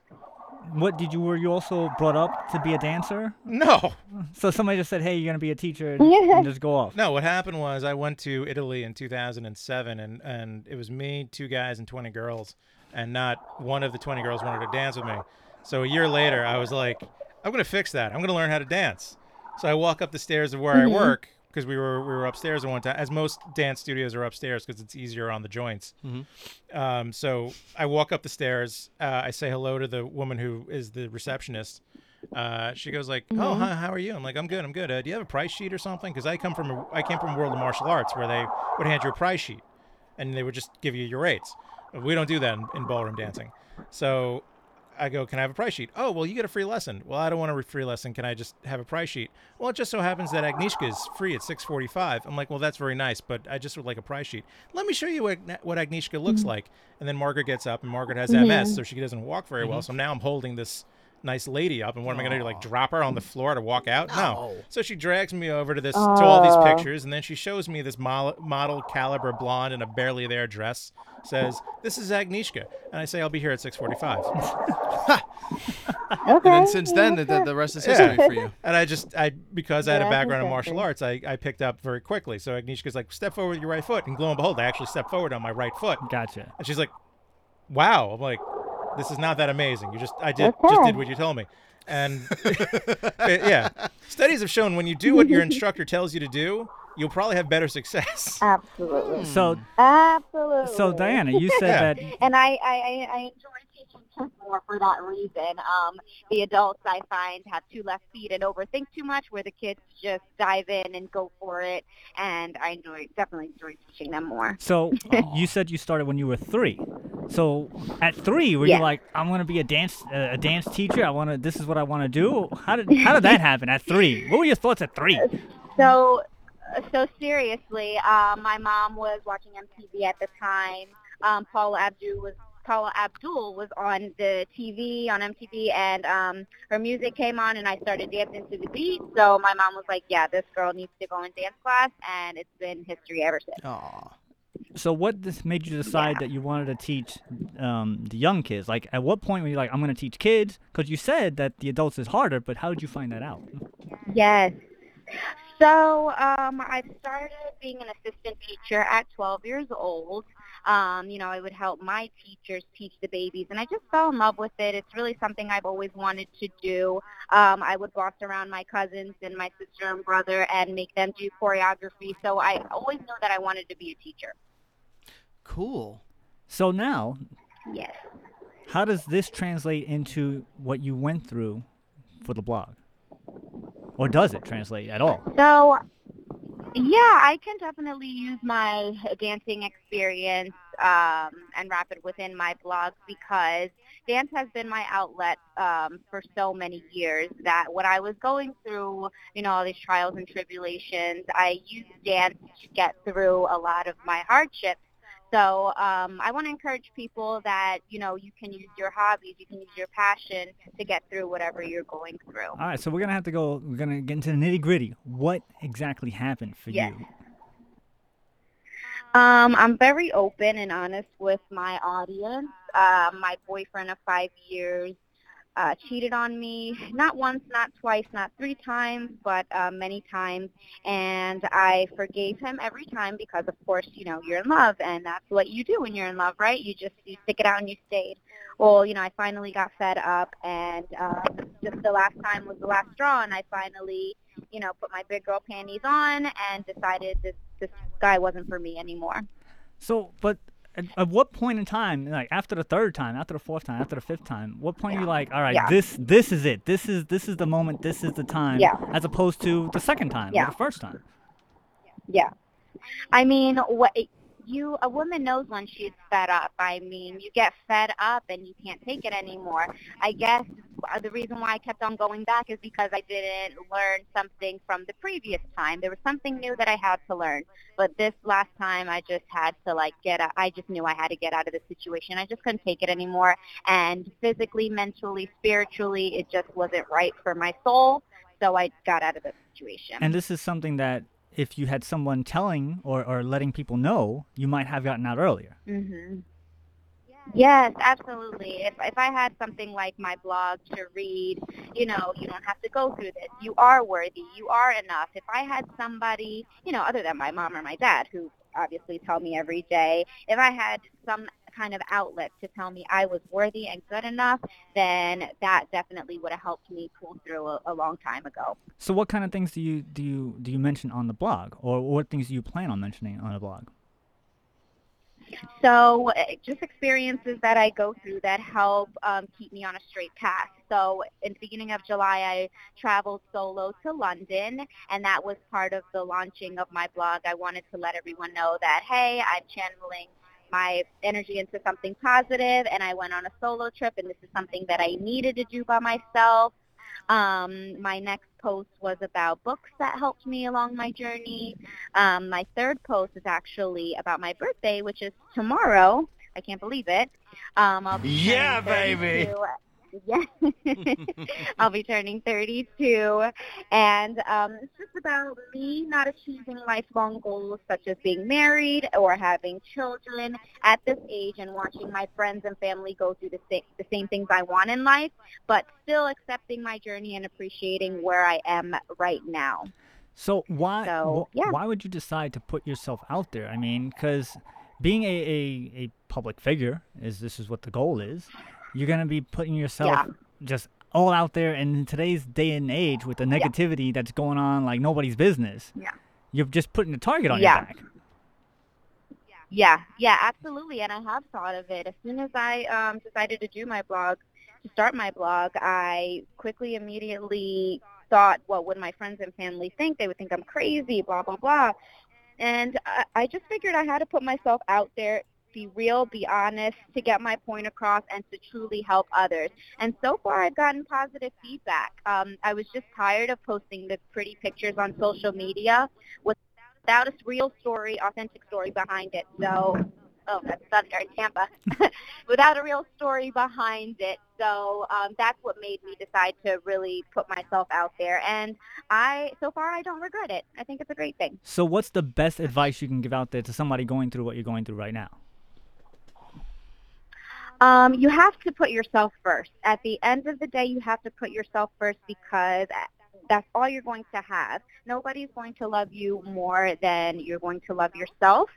Speaker 2: What did you were you also brought up to be a dancer?
Speaker 3: No.
Speaker 2: So somebody just said, "Hey, you're gonna be a teacher," and, and just go off.
Speaker 3: No, what happened was I went to Italy in 2007, and and it was me, two guys, and 20 girls, and not one of the 20 girls wanted to dance with me. So a year later, I was like, I'm gonna fix that. I'm gonna learn how to dance. So I walk up the stairs of where
Speaker 13: Mhm.
Speaker 3: I work because we were we were upstairs at one time, as most dance studios are upstairs because it's easier on the joints.
Speaker 4: Mhm.
Speaker 3: Um, so I walk up the stairs. Uh, I say hello to the woman who is the receptionist. Uh, she goes like, "Oh,
Speaker 13: Mhm.
Speaker 3: hi, how are you?" I'm like, "I'm good. I'm good. Uh, do you have a price sheet or something?" Because I come from a, I came from World of Martial Arts where they would hand you a price sheet, and they would just give you your rates. We don't do that in, in ballroom dancing. So I go, "Can I have a price sheet?" "Oh, well, you get a free lesson." "Well, I don't want a free lesson. Can I just have a price sheet?" "Well, it just so happens that Agnieszka is free at 6:45." I'm like, "Well, that's very nice, but I just would like a price sheet." "Let me show you what, what Agnieszka looks
Speaker 13: Mhm.
Speaker 3: like." And then Margaret gets up, and Margaret has
Speaker 13: Yeah.
Speaker 3: MS, so she doesn't walk very well.
Speaker 13: Mhm.
Speaker 3: So now I'm holding this nice lady up, and what am I going to do? Like drop her on the floor to walk out? No. So she drags me over to this to all
Speaker 13: Oh.
Speaker 3: these pictures, and then she shows me this model, model caliber blonde in a barely there dress. Says, "This is Agnieszka," and I say, "I'll be here at 6:45."
Speaker 4: And then since then, the, the, the rest is history for you.
Speaker 3: And I just, I because I had
Speaker 4: Yeah,
Speaker 3: a background in
Speaker 4: exactly.
Speaker 3: martial arts, I, I picked up very quickly. So Agnieszka's like, step forward with your right foot. And lo and behold, I actually stepped forward on my right foot.
Speaker 2: Gotcha.
Speaker 3: And she's like, wow. I'm like, this is not that amazing. You just, I did, just
Speaker 13: Okay.
Speaker 3: did what you told me. And yeah, studies have shown when you do what your instructor tells you to do, you'll probably have better success.
Speaker 12: Uh, Absolutely.
Speaker 2: So
Speaker 12: Absolutely.
Speaker 2: so Diana, you said
Speaker 3: Yeah.
Speaker 2: that
Speaker 12: and I, I, I- I enjoy teaching kids more for that reason. Um, the adults I find have two left feet and overthink too much, where the kids just dive in and go for it. And I enjoy definitely enjoy teaching them more.
Speaker 2: so um, you said you started when you were three. So at three, were
Speaker 12: Yeah.
Speaker 2: you like, "I'm gonna be a dance uh, a dance teacher. I wanna this is what I wanna do." How did how did that happen at three? What were your thoughts at three?
Speaker 12: So, so seriously, uh, my mom was watching MTV at the time. Um, Paula Abdul was Paula Abdul was on the TV on MTV, and um, her music came on, and I started dancing to the beat. So my mom was like, "Yeah, this girl needs to go in dance class," and it's been history ever since.
Speaker 2: So what this made you decide that you wanted to teach um, the young kids? Like, at what point were you like, "I'm gonna teach kids"? Because you said that the adults is harder, but how did you find that out?
Speaker 12: Yes. So um, I started being an assistant E teacher at 12 years old. Um, you know, I would help my teachers teach the babies, and I just fell in love with it. It's really something I've always wanted to do. Um, I would boss around my cousins and my sister and brother and make them do choreography. So I always knew that I wanted to be a teacher.
Speaker 4: Cool.
Speaker 2: So now,
Speaker 12: Yes.
Speaker 2: how does this translate into what you went through for the blog? Or does it translate at all?
Speaker 12: So, yeah, I can definitely use my dancing experience um, and Rapid within my blog because dance has been my outlet um, for so many years that when I was going through, you know, all these trials and tribulations, I used dance to get through a lot of my hardships. So um, I want to encourage people that, you know, you can use your hobbies, you can use your passion to get through whatever you're going through.
Speaker 2: All right, so we're gonna have to go. We're gonna get into the nitty gritty. What exactly happened for
Speaker 12: Yeah.
Speaker 2: you?
Speaker 12: Um, I'm very open and honest with my audience. Uh, my boyfriend of five years uh, cheated on me, not once, not twice, not three times, but uh, many times. And I forgave him every time because, of course, you know, you're in love and that's what you do when you're in love, right? You just, you stick it out and you stayed. Well, you know, I finally got fed up and uh, just the last time was the last straw and I finally, you know, put my big girl panties on and decided this, this guy wasn't for me anymore.
Speaker 2: So, but at, at what point in time, like after the third time, after the fourth time, after the fifth time, what point are you like, all right,
Speaker 12: Yeah.
Speaker 2: this this is it. This is this is the moment. This is the time.
Speaker 12: Yeah.
Speaker 2: As opposed to the second time or
Speaker 12: Yeah.
Speaker 2: the first time.
Speaker 12: Yeah. I mean, what you a woman knows when she's fed up. I mean, you get fed up and you can't take it anymore. I guess uh, the reason why I kept on going back is because I didn't learn something from the previous time. There was something new that I had to learn. But this last time I just had to like get out. I just knew I had to get out of the situation. I just couldn't take it anymore and physically, mentally, spiritually, it just wasn't right for my soul. So I got out of the situation.
Speaker 2: And this is something that if you had someone telling or, or letting people know, you might have gotten out earlier.
Speaker 12: hmm Yes, absolutely. If if I had something like my blog to read, you know, you don't have to go through this. You are worthy. You are enough. If I had somebody, you know, other than my mom or my dad, who obviously tell me every day, if I had some kind of outlet to tell me I was worthy and good enough, then that definitely would have helped me pull through a, a long time ago.
Speaker 2: So what kind of things do you do you do you mention on the blog, or what things do you plan on mentioning on the blog?
Speaker 12: So uh, just experiences that I go through that help um, keep me on a straight path. So in the beginning of July, I traveled solo to London, and that was part of the launching of my blog. I wanted to let everyone know that, hey, I'm channeling my energy into something positive, and I went on a solo trip, and this is something that I needed to do by myself. Um, my next post was about books that helped me along my journey. Um, my third post is actually about my birthday, which is tomorrow. I can't believe it. Um, I'll be
Speaker 13: Yeah,
Speaker 12: turning
Speaker 13: baby.
Speaker 12: 32. Yeah. I'll be turning 32. And um, it's just about me not achieving lifelong goals such as being married or having children at this age and watching my friends and family go through the, sa- the same things I want in life, but still accepting my journey and appreciating where I am right now.
Speaker 2: So why
Speaker 12: So,
Speaker 2: wh- why would you decide to put yourself out there? I mean, because being a, a, a public figure is this is what the goal is. You're gonna be putting yourself
Speaker 12: Yeah.
Speaker 2: just all out there, and in today's day and age, with the
Speaker 12: Yeah.
Speaker 2: negativity that's going on, like nobody's business.
Speaker 12: Yeah.
Speaker 2: You're just putting a target on
Speaker 12: Yeah.
Speaker 2: your back.
Speaker 12: Yeah, yeah, absolutely. And I have thought of it. As soon as I um, decided to do my blog, to start my blog, I quickly, immediately thought, what would my friends and family think? They would think I'm crazy, blah, blah, blah. And I, I just figured I had to put myself out there, be real, be honest, to get my point across and to truly help others. And so far, I've gotten positive feedback. Um, I was just tired of posting the pretty pictures on social media without a real story, authentic story behind it. So, oh, that's thunder in Tampa. without a real story behind it. So um, that's what made me decide to really put myself out there. And I, so far, I don't regret it. I think it's a great thing.
Speaker 2: So what's the best advice you can give out there to somebody going through what you're going through right now?
Speaker 12: Um, you have to put yourself first. At the end of the day, you have to put yourself first because that's all you're going to have. Nobody's going to love you more than you're going to love yourself.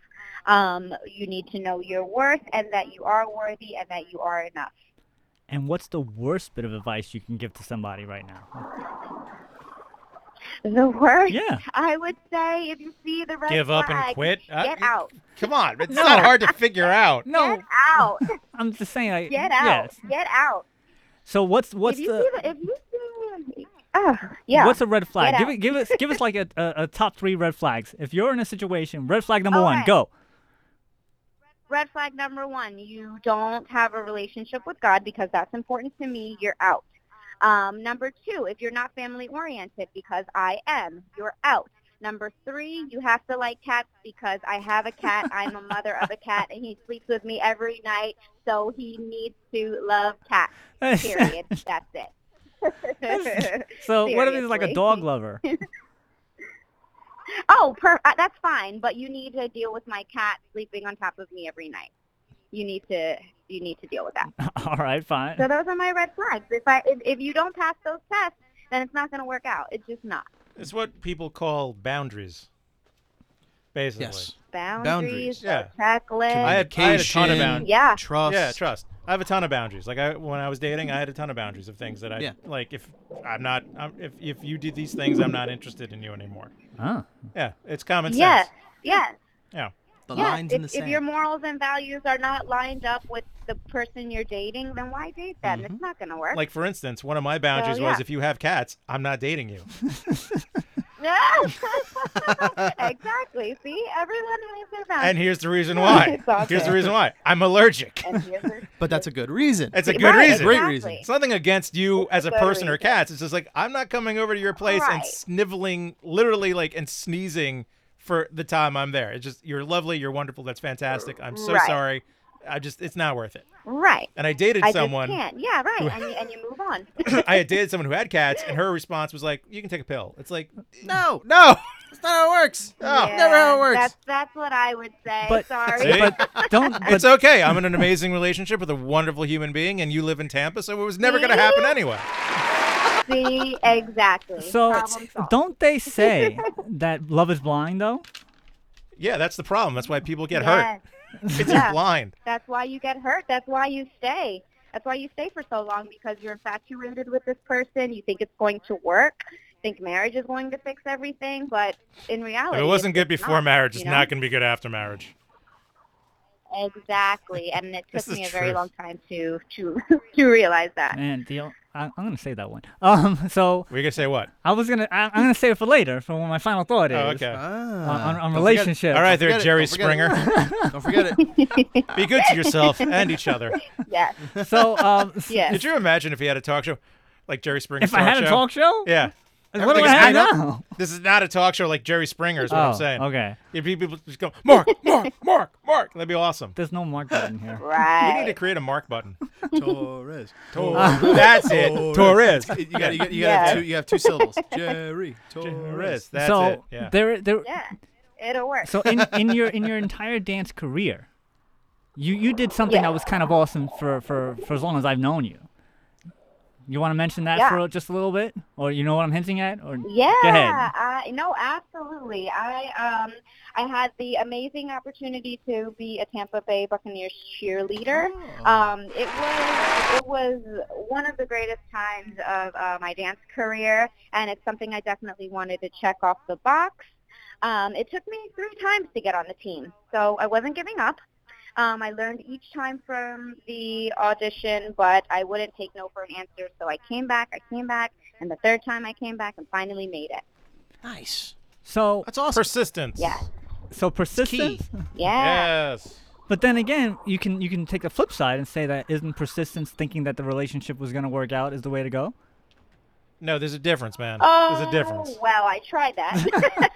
Speaker 12: Um, you need to know your worth and that you are worthy and that you are enough.
Speaker 2: And what's the worst bit of advice you can give to somebody right now?
Speaker 12: The worst,
Speaker 2: Yeah.
Speaker 12: I would say, if you see the red
Speaker 3: Give up and
Speaker 12: flag,
Speaker 3: quit? Uh,
Speaker 12: get out.
Speaker 3: Come on, it's
Speaker 2: No.
Speaker 3: not hard to figure out.
Speaker 2: No,
Speaker 12: Out.
Speaker 2: I'm just saying. I,
Speaker 12: Get
Speaker 2: yeah,
Speaker 12: out.
Speaker 2: it's-
Speaker 12: Get out.
Speaker 2: So what's what's
Speaker 12: if you
Speaker 2: the
Speaker 12: see the, if you see, oh, yeah.
Speaker 2: What's a red flag?
Speaker 12: Get
Speaker 2: Give
Speaker 12: out.
Speaker 2: it, give us give us like a, a, a top three red flags. If you're in a situation, red flag number
Speaker 12: All
Speaker 2: one,
Speaker 12: right.
Speaker 2: go.
Speaker 12: red flag number one, you don't have a relationship with God because that's important to me. You're out. Um, number two, if you're not family oriented because I am, you're out. Number three, you have to like cats because I have a cat. I'm a mother of a cat, and he sleeps with me every night, so he needs to love cats. Period. That's it.
Speaker 2: So what if he's like a
Speaker 12: Seriously.
Speaker 2: dog lover?
Speaker 12: Oh, per- uh, that's fine, but you need to deal with my cat sleeping on top of me every night. You need to you need to deal with that.
Speaker 2: All right, fine.
Speaker 12: So those are my red flags. If I if, if you don't pass those tests, then it's not going to work out. It's just not.
Speaker 3: It's what people call boundaries. Basically.
Speaker 12: Boundaries,
Speaker 3: Yeah.
Speaker 12: checklist.
Speaker 3: I had, I had a ton of
Speaker 12: Communication,
Speaker 3: boundaries.
Speaker 12: Yeah.
Speaker 3: Yeah, trust. I have a ton of boundaries. Like I, when I was dating, I had a ton of boundaries of things that I
Speaker 4: Yeah.
Speaker 3: like. If I'm not, I'm, if if you did these things, I'm not interested in you anymore.
Speaker 2: Oh.
Speaker 3: Yeah, it's common
Speaker 12: Yes.
Speaker 3: sense.
Speaker 12: Yes.
Speaker 3: Yeah.
Speaker 12: yes. if, if your morals and values are not lined up with the person you're dating, then why date them? It's not going to work.
Speaker 3: Mm-hmm. Like for instance, one of my boundaries was
Speaker 12: yeah.
Speaker 3: if you have cats, I'm not dating you.
Speaker 12: exactly. See, everyone has their boundaries.
Speaker 3: and here's the reason
Speaker 12: Yeah,
Speaker 3: why.
Speaker 12: it's all
Speaker 3: Here's the
Speaker 12: good.
Speaker 3: reason why. I'm allergic.
Speaker 12: And here's the-
Speaker 4: But that's a good reason.
Speaker 3: It's a good reason. It's nothing against you as a
Speaker 12: good
Speaker 3: person or
Speaker 12: reason.
Speaker 3: cats. It's just like I'm not coming over to your place and
Speaker 12: Right.
Speaker 3: sniveling, literally like and sneezing for the time I'm there. It's just you're lovely, you're wonderful, that's fantastic. I'm so
Speaker 12: Right.
Speaker 3: sorry. I just it's not worth it.
Speaker 12: Right.
Speaker 3: And I dated
Speaker 12: I
Speaker 3: someone.
Speaker 12: Just can't. Yeah,
Speaker 3: who-
Speaker 12: right. and, you, and you move on.
Speaker 3: I had dated someone who had cats, and her response was like, "You can take a pill." It's like, no, no, that's not how it works. No,
Speaker 12: Yeah, That's, that's what I would say. Sorry.
Speaker 3: See?
Speaker 2: don't.
Speaker 3: it's okay. I'm in an amazing relationship with a wonderful human being, and you live in Tampa, so it was never going to happen anyway.
Speaker 12: See, exactly.
Speaker 2: So
Speaker 12: Problem solved.
Speaker 2: don't they say that love is blind though?
Speaker 3: Yeah, that's the problem. That's why people get
Speaker 12: Yes.
Speaker 3: hurt. It's
Speaker 12: Yeah.
Speaker 3: blind.
Speaker 12: That's why you get hurt. That's why you stay. That's why you stay for so long because you're infatuated with this person. You think it's going to work. Think marriage is going to fix everything, but in reality,
Speaker 3: If it wasn't
Speaker 12: it's
Speaker 3: good
Speaker 12: just
Speaker 3: before
Speaker 12: not,
Speaker 3: marriage, it's
Speaker 12: you know?
Speaker 3: not going to be good after marriage.
Speaker 12: Exactly, and it
Speaker 2: This
Speaker 12: took
Speaker 2: is
Speaker 12: me a very
Speaker 2: truth.
Speaker 12: long time to to to realize that.
Speaker 2: And the, o- I, am gonna say that one. Um, so
Speaker 3: we're gonna say what?
Speaker 2: I was gonna. I, I'm gonna save it for later for when my final thought is.
Speaker 3: Oh, okay.
Speaker 4: Ah.
Speaker 2: On, on, on
Speaker 3: Don't forget it.
Speaker 2: relationship.
Speaker 3: All right, there, Jerry Springer.
Speaker 4: Don't forget it.
Speaker 3: Be good to yourself and each other.
Speaker 12: Yes.
Speaker 2: So, um,
Speaker 12: yes.
Speaker 3: Could you imagine if he had a talk show, like Jerry Springer's
Speaker 2: If I
Speaker 3: talk
Speaker 2: had a
Speaker 3: show?
Speaker 2: talk show?
Speaker 3: Yeah.
Speaker 2: What do I
Speaker 3: Everything is
Speaker 2: have
Speaker 3: made up.
Speaker 2: now?
Speaker 3: This is not a talk show like Jerry Springer is what I'm
Speaker 2: Oh,
Speaker 3: saying.
Speaker 2: okay.
Speaker 3: You'd be people just go, Mark, Mark, Mark, Mark. That'd be awesome.
Speaker 2: There's no Mark button here.
Speaker 12: Right.
Speaker 3: We need to create a Mark button.
Speaker 4: Torres.
Speaker 3: Torres. That's it. Torres.
Speaker 4: You got you got you
Speaker 12: Yeah.
Speaker 4: got two you have two syllables. Jerry Torres.
Speaker 3: That's
Speaker 2: so
Speaker 3: it. Yeah.
Speaker 2: there, there.
Speaker 12: Yeah, it'll work.
Speaker 2: So in, in your in your entire dance career, you you did something that was kind of awesome for for for as long as I've known you. You want to mention that
Speaker 12: Yeah.
Speaker 2: for just a little bit, or you know what I'm hinting at, or
Speaker 12: Yeah,
Speaker 2: go ahead.
Speaker 12: I, no, absolutely. I um, I had the amazing opportunity to be a Tampa Bay Buccaneers cheerleader.
Speaker 2: Oh.
Speaker 12: Um, it was it was one of the greatest times of uh, my dance career, and it's something I definitely wanted to check off the box. Um, it took me three times to get on the team, so I wasn't giving up. Um, I learned each time from the audition, but I wouldn't take no for an answer. So I came back, I came back, and the third time I came back and finally made it.
Speaker 4: Nice.
Speaker 2: So
Speaker 4: That's awesome.
Speaker 3: Persistence.
Speaker 12: Yeah.
Speaker 2: so persistence,
Speaker 12: Yeah.
Speaker 3: Yes.
Speaker 2: but then again, you can you can take the flip side and say that isn't persistence thinking that the relationship was going to work out is the way to go.
Speaker 3: No, there's a difference, man.
Speaker 12: Oh,
Speaker 3: there's a difference.
Speaker 12: well, I tried that.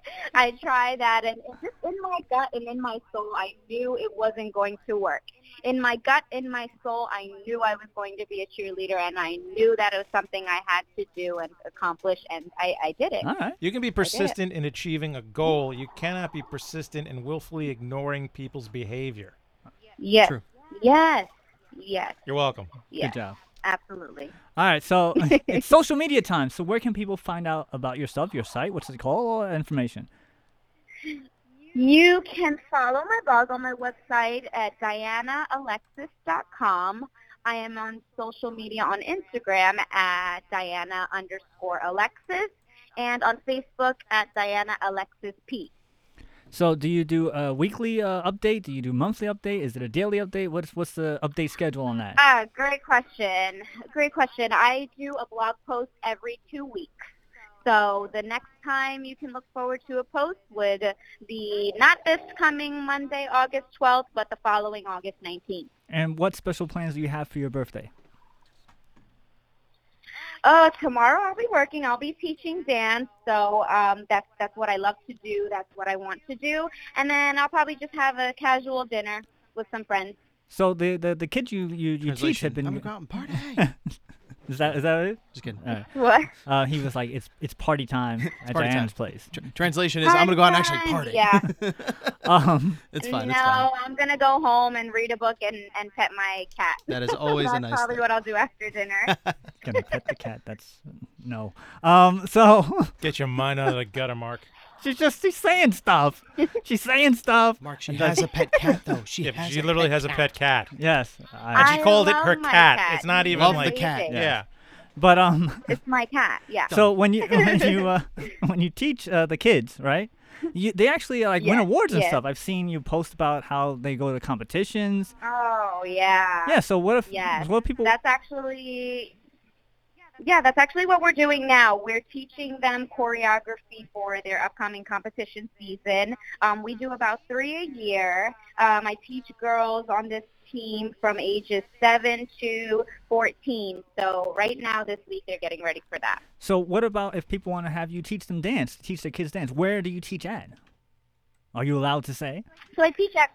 Speaker 12: I tried that, and it just in my gut and in my soul, I knew it wasn't going to work. In my gut, in my soul, I knew I was going to be a cheerleader, and I knew that it was something I had to do and accomplish, and I, I did it.
Speaker 2: All right.
Speaker 3: You can be persistent in achieving a goal. You cannot be persistent in willfully ignoring people's behavior.
Speaker 12: Yes.
Speaker 4: True.
Speaker 12: Yes. Yes.
Speaker 3: You're welcome.
Speaker 12: Yes.
Speaker 2: Good job.
Speaker 12: Absolutely.
Speaker 2: All right, so it's social media time. So where can people find out about your stuff, your site, what's it called, all that information?
Speaker 12: You can follow my blog on my website at dianaalexis.com. I am on social media on Instagram at diana underscore alexis and on Facebook at diana alexis p.
Speaker 2: So do you do a weekly uh, update? Do you do monthly update? Is it a daily update? What's what's the update schedule on that?
Speaker 12: Ah, great question. Great question. I do a blog post every two weeks. So the next time you can look forward to a post would be not this coming Monday, August 12th, but the following August 19th.
Speaker 2: And what special plans do you have for your birthday?
Speaker 12: Uh, tomorrow I'll be working. I'll be teaching dance, so um, that's that's what I love to do. That's what I want to do. And then I'll probably just have a casual dinner with some friends.
Speaker 2: So the the, the kids you you, you teach had been.
Speaker 4: I'm gonna go out and party.
Speaker 2: is that is that it?
Speaker 4: Just kidding.
Speaker 12: What?
Speaker 2: Uh, he was like, it's it's party time at
Speaker 4: party time.
Speaker 2: Diana's place.
Speaker 4: Translation is, I'm gonna go out and actually
Speaker 12: Fun,
Speaker 4: party.
Speaker 12: Yeah.
Speaker 2: Um,
Speaker 4: It's fine.
Speaker 12: no,
Speaker 4: It's fine.
Speaker 12: I'm gonna go home and read a book and, and pet my cat.
Speaker 4: That is always a
Speaker 12: that's
Speaker 4: nice
Speaker 12: probably
Speaker 4: thing.
Speaker 12: what I'll do after dinner.
Speaker 2: gonna pet the cat. That's no. Um, so
Speaker 3: Get your mind out of the gutter, Mark.
Speaker 2: she's just she's saying stuff. She's saying stuff.
Speaker 4: Mark,
Speaker 3: she has a
Speaker 4: pet cat though. She
Speaker 3: Yeah, she literally has a pet cat.
Speaker 2: Yes.
Speaker 3: And she
Speaker 12: I
Speaker 3: called it
Speaker 12: love
Speaker 3: her
Speaker 12: my
Speaker 3: cat.
Speaker 12: cat.
Speaker 3: It's not even
Speaker 12: Love the
Speaker 3: like
Speaker 12: cat, Amazing.
Speaker 3: Yeah.
Speaker 2: yes. But um,
Speaker 12: it's my cat. Yeah.
Speaker 2: so when you when you uh, when you teach uh, the kids, right? You, they actually uh, like win
Speaker 12: Yeah,
Speaker 2: awards and
Speaker 12: yeah.
Speaker 2: stuff. I've seen you post about how they go to competitions.
Speaker 12: Oh yeah.
Speaker 2: Yeah. So what if
Speaker 12: Yes.
Speaker 2: what if people?
Speaker 12: That's actually yeah, that's actually what we're doing now. We're teaching them choreography for their upcoming competition season. Um, we do about three a year. Um, I teach girls on this team from ages 7 to 14. So right now this week they're getting ready for that.
Speaker 2: So what about if people want to have you teach them dance, teach their kids dance? Where do you teach at? Are you allowed to say?
Speaker 12: So I teach at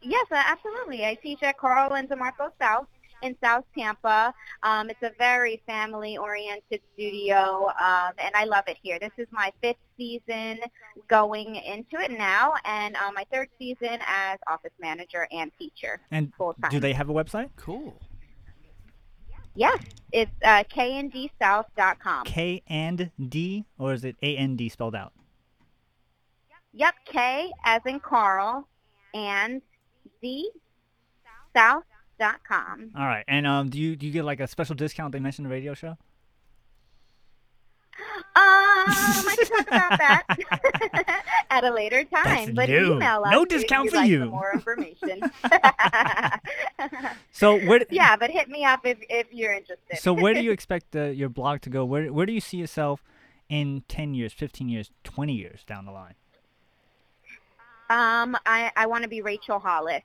Speaker 12: yes, uh, absolutely. I teach at Carl and DeMarco South in South Tampa. Um, it's a very family-oriented studio, um, and I love it here. This is my fifth season going into it now, and uh, my third season as office manager and teacher.
Speaker 2: And
Speaker 12: Full-time.
Speaker 2: do they have a website?
Speaker 4: Cool.
Speaker 12: Yes, it's uh, kndsouth.com.
Speaker 2: K and D, or is it A and D spelled out?
Speaker 12: Yep, K as in Carl, and D South dot com.
Speaker 2: All right. And um, do you do you get like a special discount? They mentioned the radio show.
Speaker 12: Um, I can talk about that at a later time.
Speaker 2: That's
Speaker 12: but
Speaker 2: new.
Speaker 12: email us
Speaker 2: No
Speaker 12: if you'd
Speaker 2: discount for
Speaker 12: like some
Speaker 2: you.
Speaker 12: more information.
Speaker 2: So where? d-
Speaker 12: yeah, but hit me up if, if you're interested.
Speaker 2: So where do you expect uh your blog to go? Where where do you see yourself in ten years, fifteen years, twenty years down the line?
Speaker 12: um, I I want to be Rachel Hollis.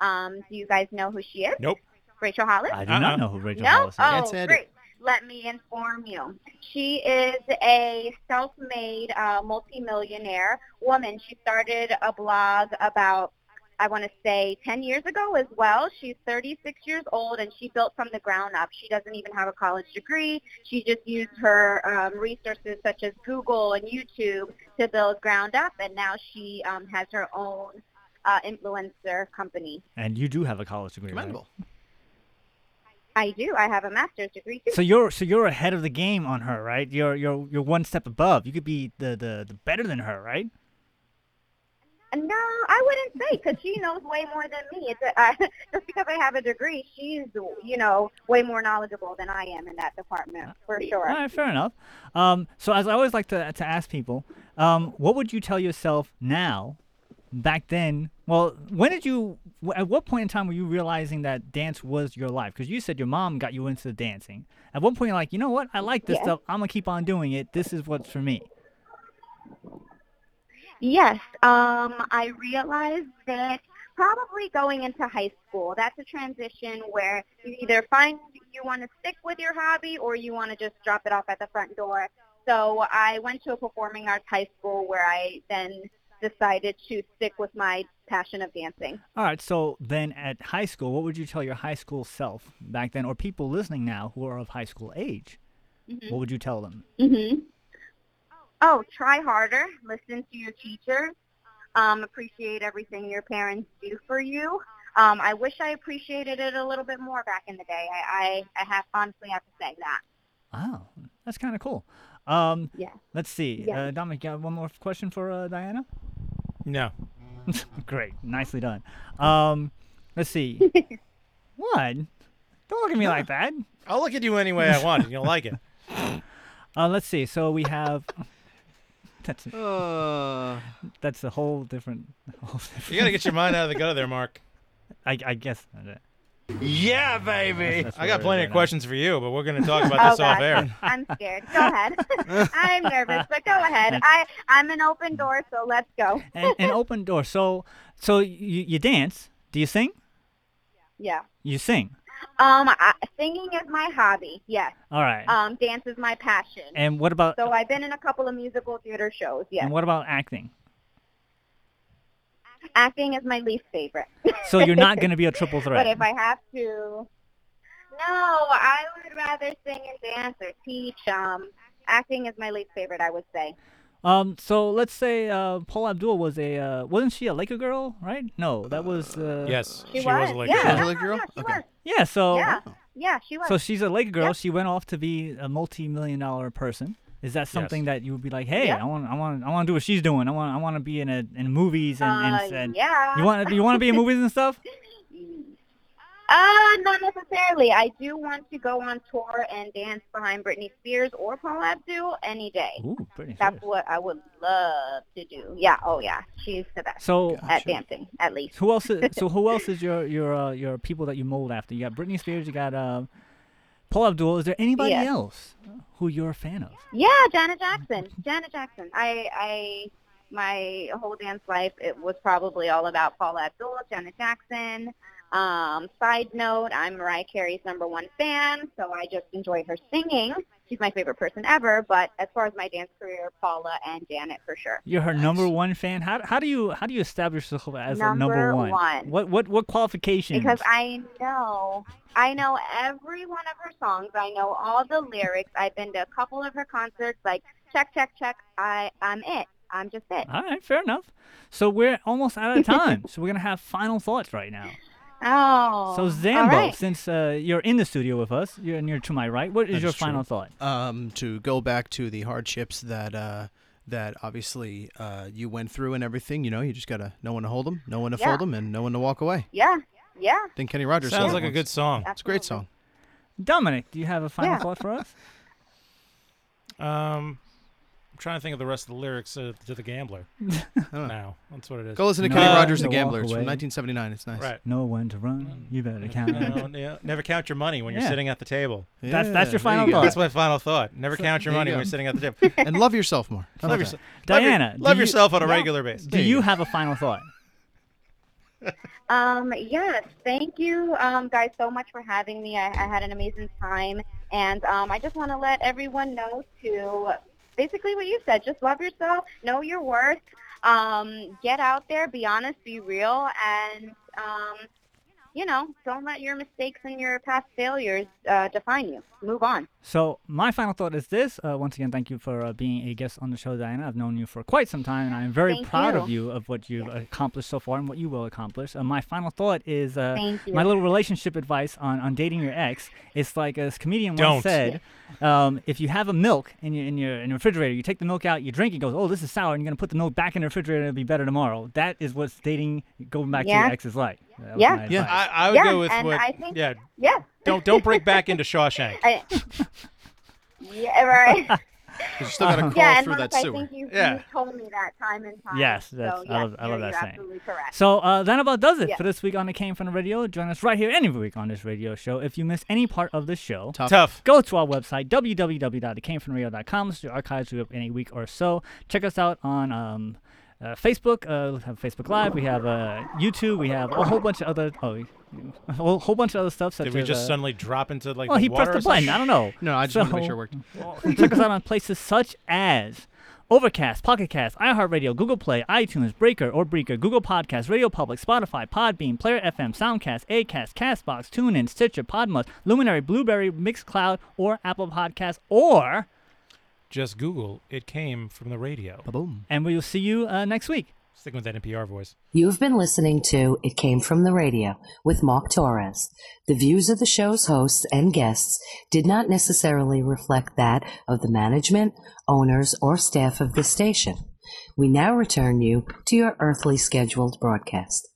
Speaker 12: Um, do you guys know who she is?
Speaker 3: Nope.
Speaker 12: Rachel Hollis.
Speaker 2: I do not know who Rachel
Speaker 12: no?
Speaker 2: Hollis is.
Speaker 12: Oh, great. Let me inform you. She is a self-made uh, multimillionaire woman. She started a blog about, I want to say, 10 years ago as well. She's 36 years old, and she built from the ground up. She doesn't even have a college degree. She just used her um, resources such as Google and YouTube to build ground up, and now she um, has her own uh, influencer company.
Speaker 2: And you do have a college degree. right?
Speaker 4: Commendable.
Speaker 12: I do. I have a master's degree too.
Speaker 2: So you're so you're ahead of the game on her, right? You're you're you're one step above. You could be the the, the better than her, right?
Speaker 12: No, I wouldn't say because she knows way more than me. It's a, uh, just because I have a degree, she's you know way more knowledgeable than I am in that department for sure.
Speaker 2: All right, fair enough. Um, so as I always like to to ask people, um, what would you tell yourself now? Back then, well, when did you? wh- At what point in time were you realizing that dance was your life? Because you said your mom got you into dancing. At one point, you're like, you know what? I like this
Speaker 12: Yeah.
Speaker 2: stuff. I'm gonna keep on doing it. This is what's for me.
Speaker 12: Yes, um, I realized that probably going into high school, that's a transition where you either find you want to stick with your hobby or you want to just drop it off at the front door. So I went to a performing arts high school where I then decided to stick with my passion of dancing.
Speaker 2: All right. So then, at high school, what would you tell your high school self back then, or people listening now who are of high school age?
Speaker 12: Mhm.
Speaker 2: What would you tell them?
Speaker 12: Mhm. Oh, try harder. Listen to your teachers. Um, appreciate everything your parents do for you. Um, I wish I appreciated it a little bit more back in the day. I, I, I have honestly have to say that.
Speaker 2: Wow, that's kind of cool. Um,
Speaker 12: Yeah.
Speaker 2: Let's see.
Speaker 12: Yeah.
Speaker 2: Uh, Dominic, you got one more question for uh, Diana?
Speaker 3: No.
Speaker 2: Great. Nicely done. Um, let's see. what? Don't look at me like that.
Speaker 3: I'll look at you any way I want. and You'll like it.
Speaker 2: Uh, let's see. So we have. That's
Speaker 4: Uh,
Speaker 2: that's a whole different. Whole different
Speaker 3: You gotta get your mind out of the gutter there, Mark.
Speaker 2: I, I guess. that's it.
Speaker 3: Yeah, baby.
Speaker 2: That's
Speaker 3: I
Speaker 2: where
Speaker 3: got
Speaker 2: it
Speaker 3: plenty
Speaker 2: is right
Speaker 3: of
Speaker 2: now.
Speaker 3: questions for you, but we're going to talk about this
Speaker 12: oh,
Speaker 3: off
Speaker 12: gosh,
Speaker 3: air.
Speaker 12: I'm scared. Go ahead. I'm nervous, but go ahead. I, I'm an open door, so let's go.
Speaker 2: and, and open door. So, so you, you dance. Do you sing?
Speaker 12: yeah.
Speaker 2: You sing.
Speaker 12: Um, I, singing is my hobby. Yes.
Speaker 2: All right.
Speaker 12: Um, dance is my passion.
Speaker 2: And what about-
Speaker 12: So I've been in a couple of musical theater shows. Yes.
Speaker 2: And what about acting?
Speaker 12: Acting is my least favorite.
Speaker 2: So you're not going to be a triple threat.
Speaker 12: But if I have to, no, I would rather sing and dance or teach. Um, acting is my least favorite, I would say.
Speaker 2: Um. So let's say uh, Paul Abdul was a uh, wasn't she a Laker girl? Right? No, that was. Uh,
Speaker 3: yes,
Speaker 12: She she was. was a Laker Yeah, girl. Oh, no, no, no, she was.
Speaker 2: Yeah. So.
Speaker 12: yeah, yeah, she was.
Speaker 2: So she's a Laker girl. She went off to be a multi-million dollar person. Is that something that you would be like, hey,
Speaker 12: Yeah.
Speaker 2: I want, I want, I want to do what she's doing. I want, I want to be in a, in movies and, and,
Speaker 12: Uh,
Speaker 2: and
Speaker 12: yeah.
Speaker 2: you want, you want to be in movies and stuff.
Speaker 12: Uh, not necessarily. I do want to go on tour and dance behind Britney Spears or Paul Abdul any day.
Speaker 2: Ooh, Britney
Speaker 12: That's what I would love to do. Yeah. Oh, yeah. She's the best.
Speaker 2: So-
Speaker 12: at
Speaker 2: Gotcha.
Speaker 12: dancing, at least.
Speaker 2: Who else? Is, so who else is your your uh, your people that you mold after? You got Britney Spears. You got uh, Paul Abdul. Is there anybody
Speaker 12: Yes.
Speaker 2: else who you're a fan of?
Speaker 12: Yeah, Janet Jackson. Janet Jackson. I, I, my whole dance life, it was probably all about Paula Abdul, Janet Jackson. Um, side note, I'm Mariah Carey's number one fan, so I just enjoy her singing. She's my favorite person ever, but as far as my dance career, Paula and Janet for sure.
Speaker 2: You're her number one fan. How, how do you how do you establish yourself as a
Speaker 12: Number
Speaker 2: number one?
Speaker 12: one.
Speaker 2: What what what qualifications?
Speaker 12: Because I know, I know every one of her songs. I know all the lyrics. I've been to a couple of her concerts. Like check, check, check. I, I'm it. I'm just it.
Speaker 2: All right, fair enough. So we're almost out of time. so we're gonna have final thoughts right now.
Speaker 12: Oh.
Speaker 2: So Zambo, since uh, you're in the studio with us, you're and you're to my right. What is
Speaker 4: That
Speaker 2: your
Speaker 4: is true.
Speaker 2: final thought?
Speaker 4: Um, to go back to the hardships that uh, that obviously uh, you went through and everything, you know, you just gotta no one to hold them, no one to
Speaker 12: Yeah.
Speaker 4: fold them, and no one to walk away.
Speaker 12: Yeah. Yeah.
Speaker 4: I think Kenny Rogers
Speaker 3: Sounds
Speaker 4: said it
Speaker 3: like a
Speaker 4: once.
Speaker 3: good song.
Speaker 4: It's a great song.
Speaker 2: Dominic, do you have a final
Speaker 3: Yeah.
Speaker 2: thought for us?
Speaker 3: Um, I'm trying to think of the rest of the lyrics uh, to The Gambler. now, that's what it is.
Speaker 4: Go listen to
Speaker 2: No
Speaker 4: Kenny
Speaker 2: one
Speaker 4: Rogers and
Speaker 2: to
Speaker 4: the
Speaker 2: walk
Speaker 4: Gamblers from
Speaker 2: away.
Speaker 4: 1979. It's nice.
Speaker 3: Right.
Speaker 2: Know when to run. You better count.
Speaker 3: No, no, never count your money when you're
Speaker 2: Yeah.
Speaker 3: sitting at the table.
Speaker 2: That's- that's your
Speaker 4: there you
Speaker 2: final
Speaker 4: go.
Speaker 2: thought.
Speaker 3: That's my final thought. Never
Speaker 4: So-
Speaker 3: count your
Speaker 4: there
Speaker 3: money
Speaker 4: you
Speaker 3: when
Speaker 4: go.
Speaker 3: you're sitting at the table.
Speaker 4: and love yourself more. How
Speaker 3: Love
Speaker 4: about
Speaker 3: yourself.
Speaker 4: that?
Speaker 3: Love your-
Speaker 2: Diana, do
Speaker 3: love
Speaker 2: you-
Speaker 3: yourself on a
Speaker 2: Yeah.
Speaker 3: regular basis.
Speaker 2: Do you have a final thought?
Speaker 12: Um, yes, thank you um, guys so much for having me. I, I had an amazing time. And um, I just want to let everyone know to basically what you said. Just love yourself. Know your worth. Um, get out there. Be honest. Be real. And, um, you know, don't let your mistakes and your past failures uh, define you. Move on.
Speaker 2: So my final thought is this. Uh, once again, thank you for uh, being a guest on the show, Diana. I've known you for quite some time, and I'm very
Speaker 12: Thank
Speaker 2: proud
Speaker 12: you.
Speaker 2: of you of what you've accomplished so far and what you will accomplish. Uh, my final thought is uh,
Speaker 12: Thank you.
Speaker 2: my little relationship advice on, on dating your ex. It's like a comedian
Speaker 3: Don't.
Speaker 2: once said, um, if you have a milk in your, in your in your refrigerator, you take the milk out, you drink it, goes, oh, this is sour, and you're gonna put the milk back in the refrigerator, it'll be better tomorrow. That is what dating going back to
Speaker 12: Yeah.
Speaker 2: your ex is like. That was
Speaker 12: Yeah.
Speaker 2: my
Speaker 3: Yeah,
Speaker 2: advice.
Speaker 3: I, I would
Speaker 12: Yeah,
Speaker 3: go with
Speaker 12: and
Speaker 3: what.
Speaker 12: I think-
Speaker 3: yeah,
Speaker 12: Yeah.
Speaker 3: don't don't break back into Shawshank.
Speaker 12: I, yeah, right.
Speaker 4: You still got
Speaker 2: Uh-huh.
Speaker 4: to crawl
Speaker 12: yeah, and
Speaker 4: through
Speaker 12: Mark,
Speaker 4: that
Speaker 12: I
Speaker 4: sewer.
Speaker 12: think you,
Speaker 2: Yeah.
Speaker 12: you told me that time and time.
Speaker 2: Yes, that's,
Speaker 12: so,
Speaker 2: I
Speaker 12: yes,
Speaker 2: love, I
Speaker 12: you're-
Speaker 2: love that
Speaker 12: you're
Speaker 2: saying.
Speaker 12: absolutely correct.
Speaker 2: So uh, that about does it
Speaker 12: Yeah.
Speaker 2: for this week on the Came from the Radio. Join us right here any week on this radio show. If you miss any part of the show,
Speaker 4: Tough.
Speaker 3: Tough.
Speaker 2: go to our website www.thecamefromtheradio.com. It's the archives we have in a week or so. Check us out on. Um, uh, Facebook, uh, we have Facebook Live, we have uh, YouTube, we have a whole bunch of other, oh, a whole whole bunch of other stuff. Such
Speaker 3: Did we
Speaker 2: as,
Speaker 3: just
Speaker 2: uh,
Speaker 3: suddenly drop into like?
Speaker 2: well,
Speaker 3: the
Speaker 2: he
Speaker 3: water
Speaker 2: pressed the
Speaker 3: or
Speaker 2: button.
Speaker 3: something?
Speaker 2: I don't know.
Speaker 4: No, I just wanted to make sure it worked.
Speaker 2: well, check us out on places such as Overcast, Pocket Cast, iHeartRadio, Google Play, iTunes, Breaker or Breaker, Google Podcasts, Radio Public, Spotify, Podbean, Player FM, Soundcast, Acast, Castbox, TuneIn, Stitcher, Podmus, Luminary, Blueberry, Mixcloud, or Apple Podcasts, or
Speaker 3: Just Google. It came from the radio.
Speaker 4: Boom.
Speaker 2: and we'll see you uh, next week.
Speaker 3: Sticking with that NPR voice.
Speaker 1: You've been listening to It Came From the Radio with Mark Torres. The views of the show's hosts and guests did not necessarily reflect that of the management, owners, or staff of this station. We now return you to your earthly scheduled broadcast.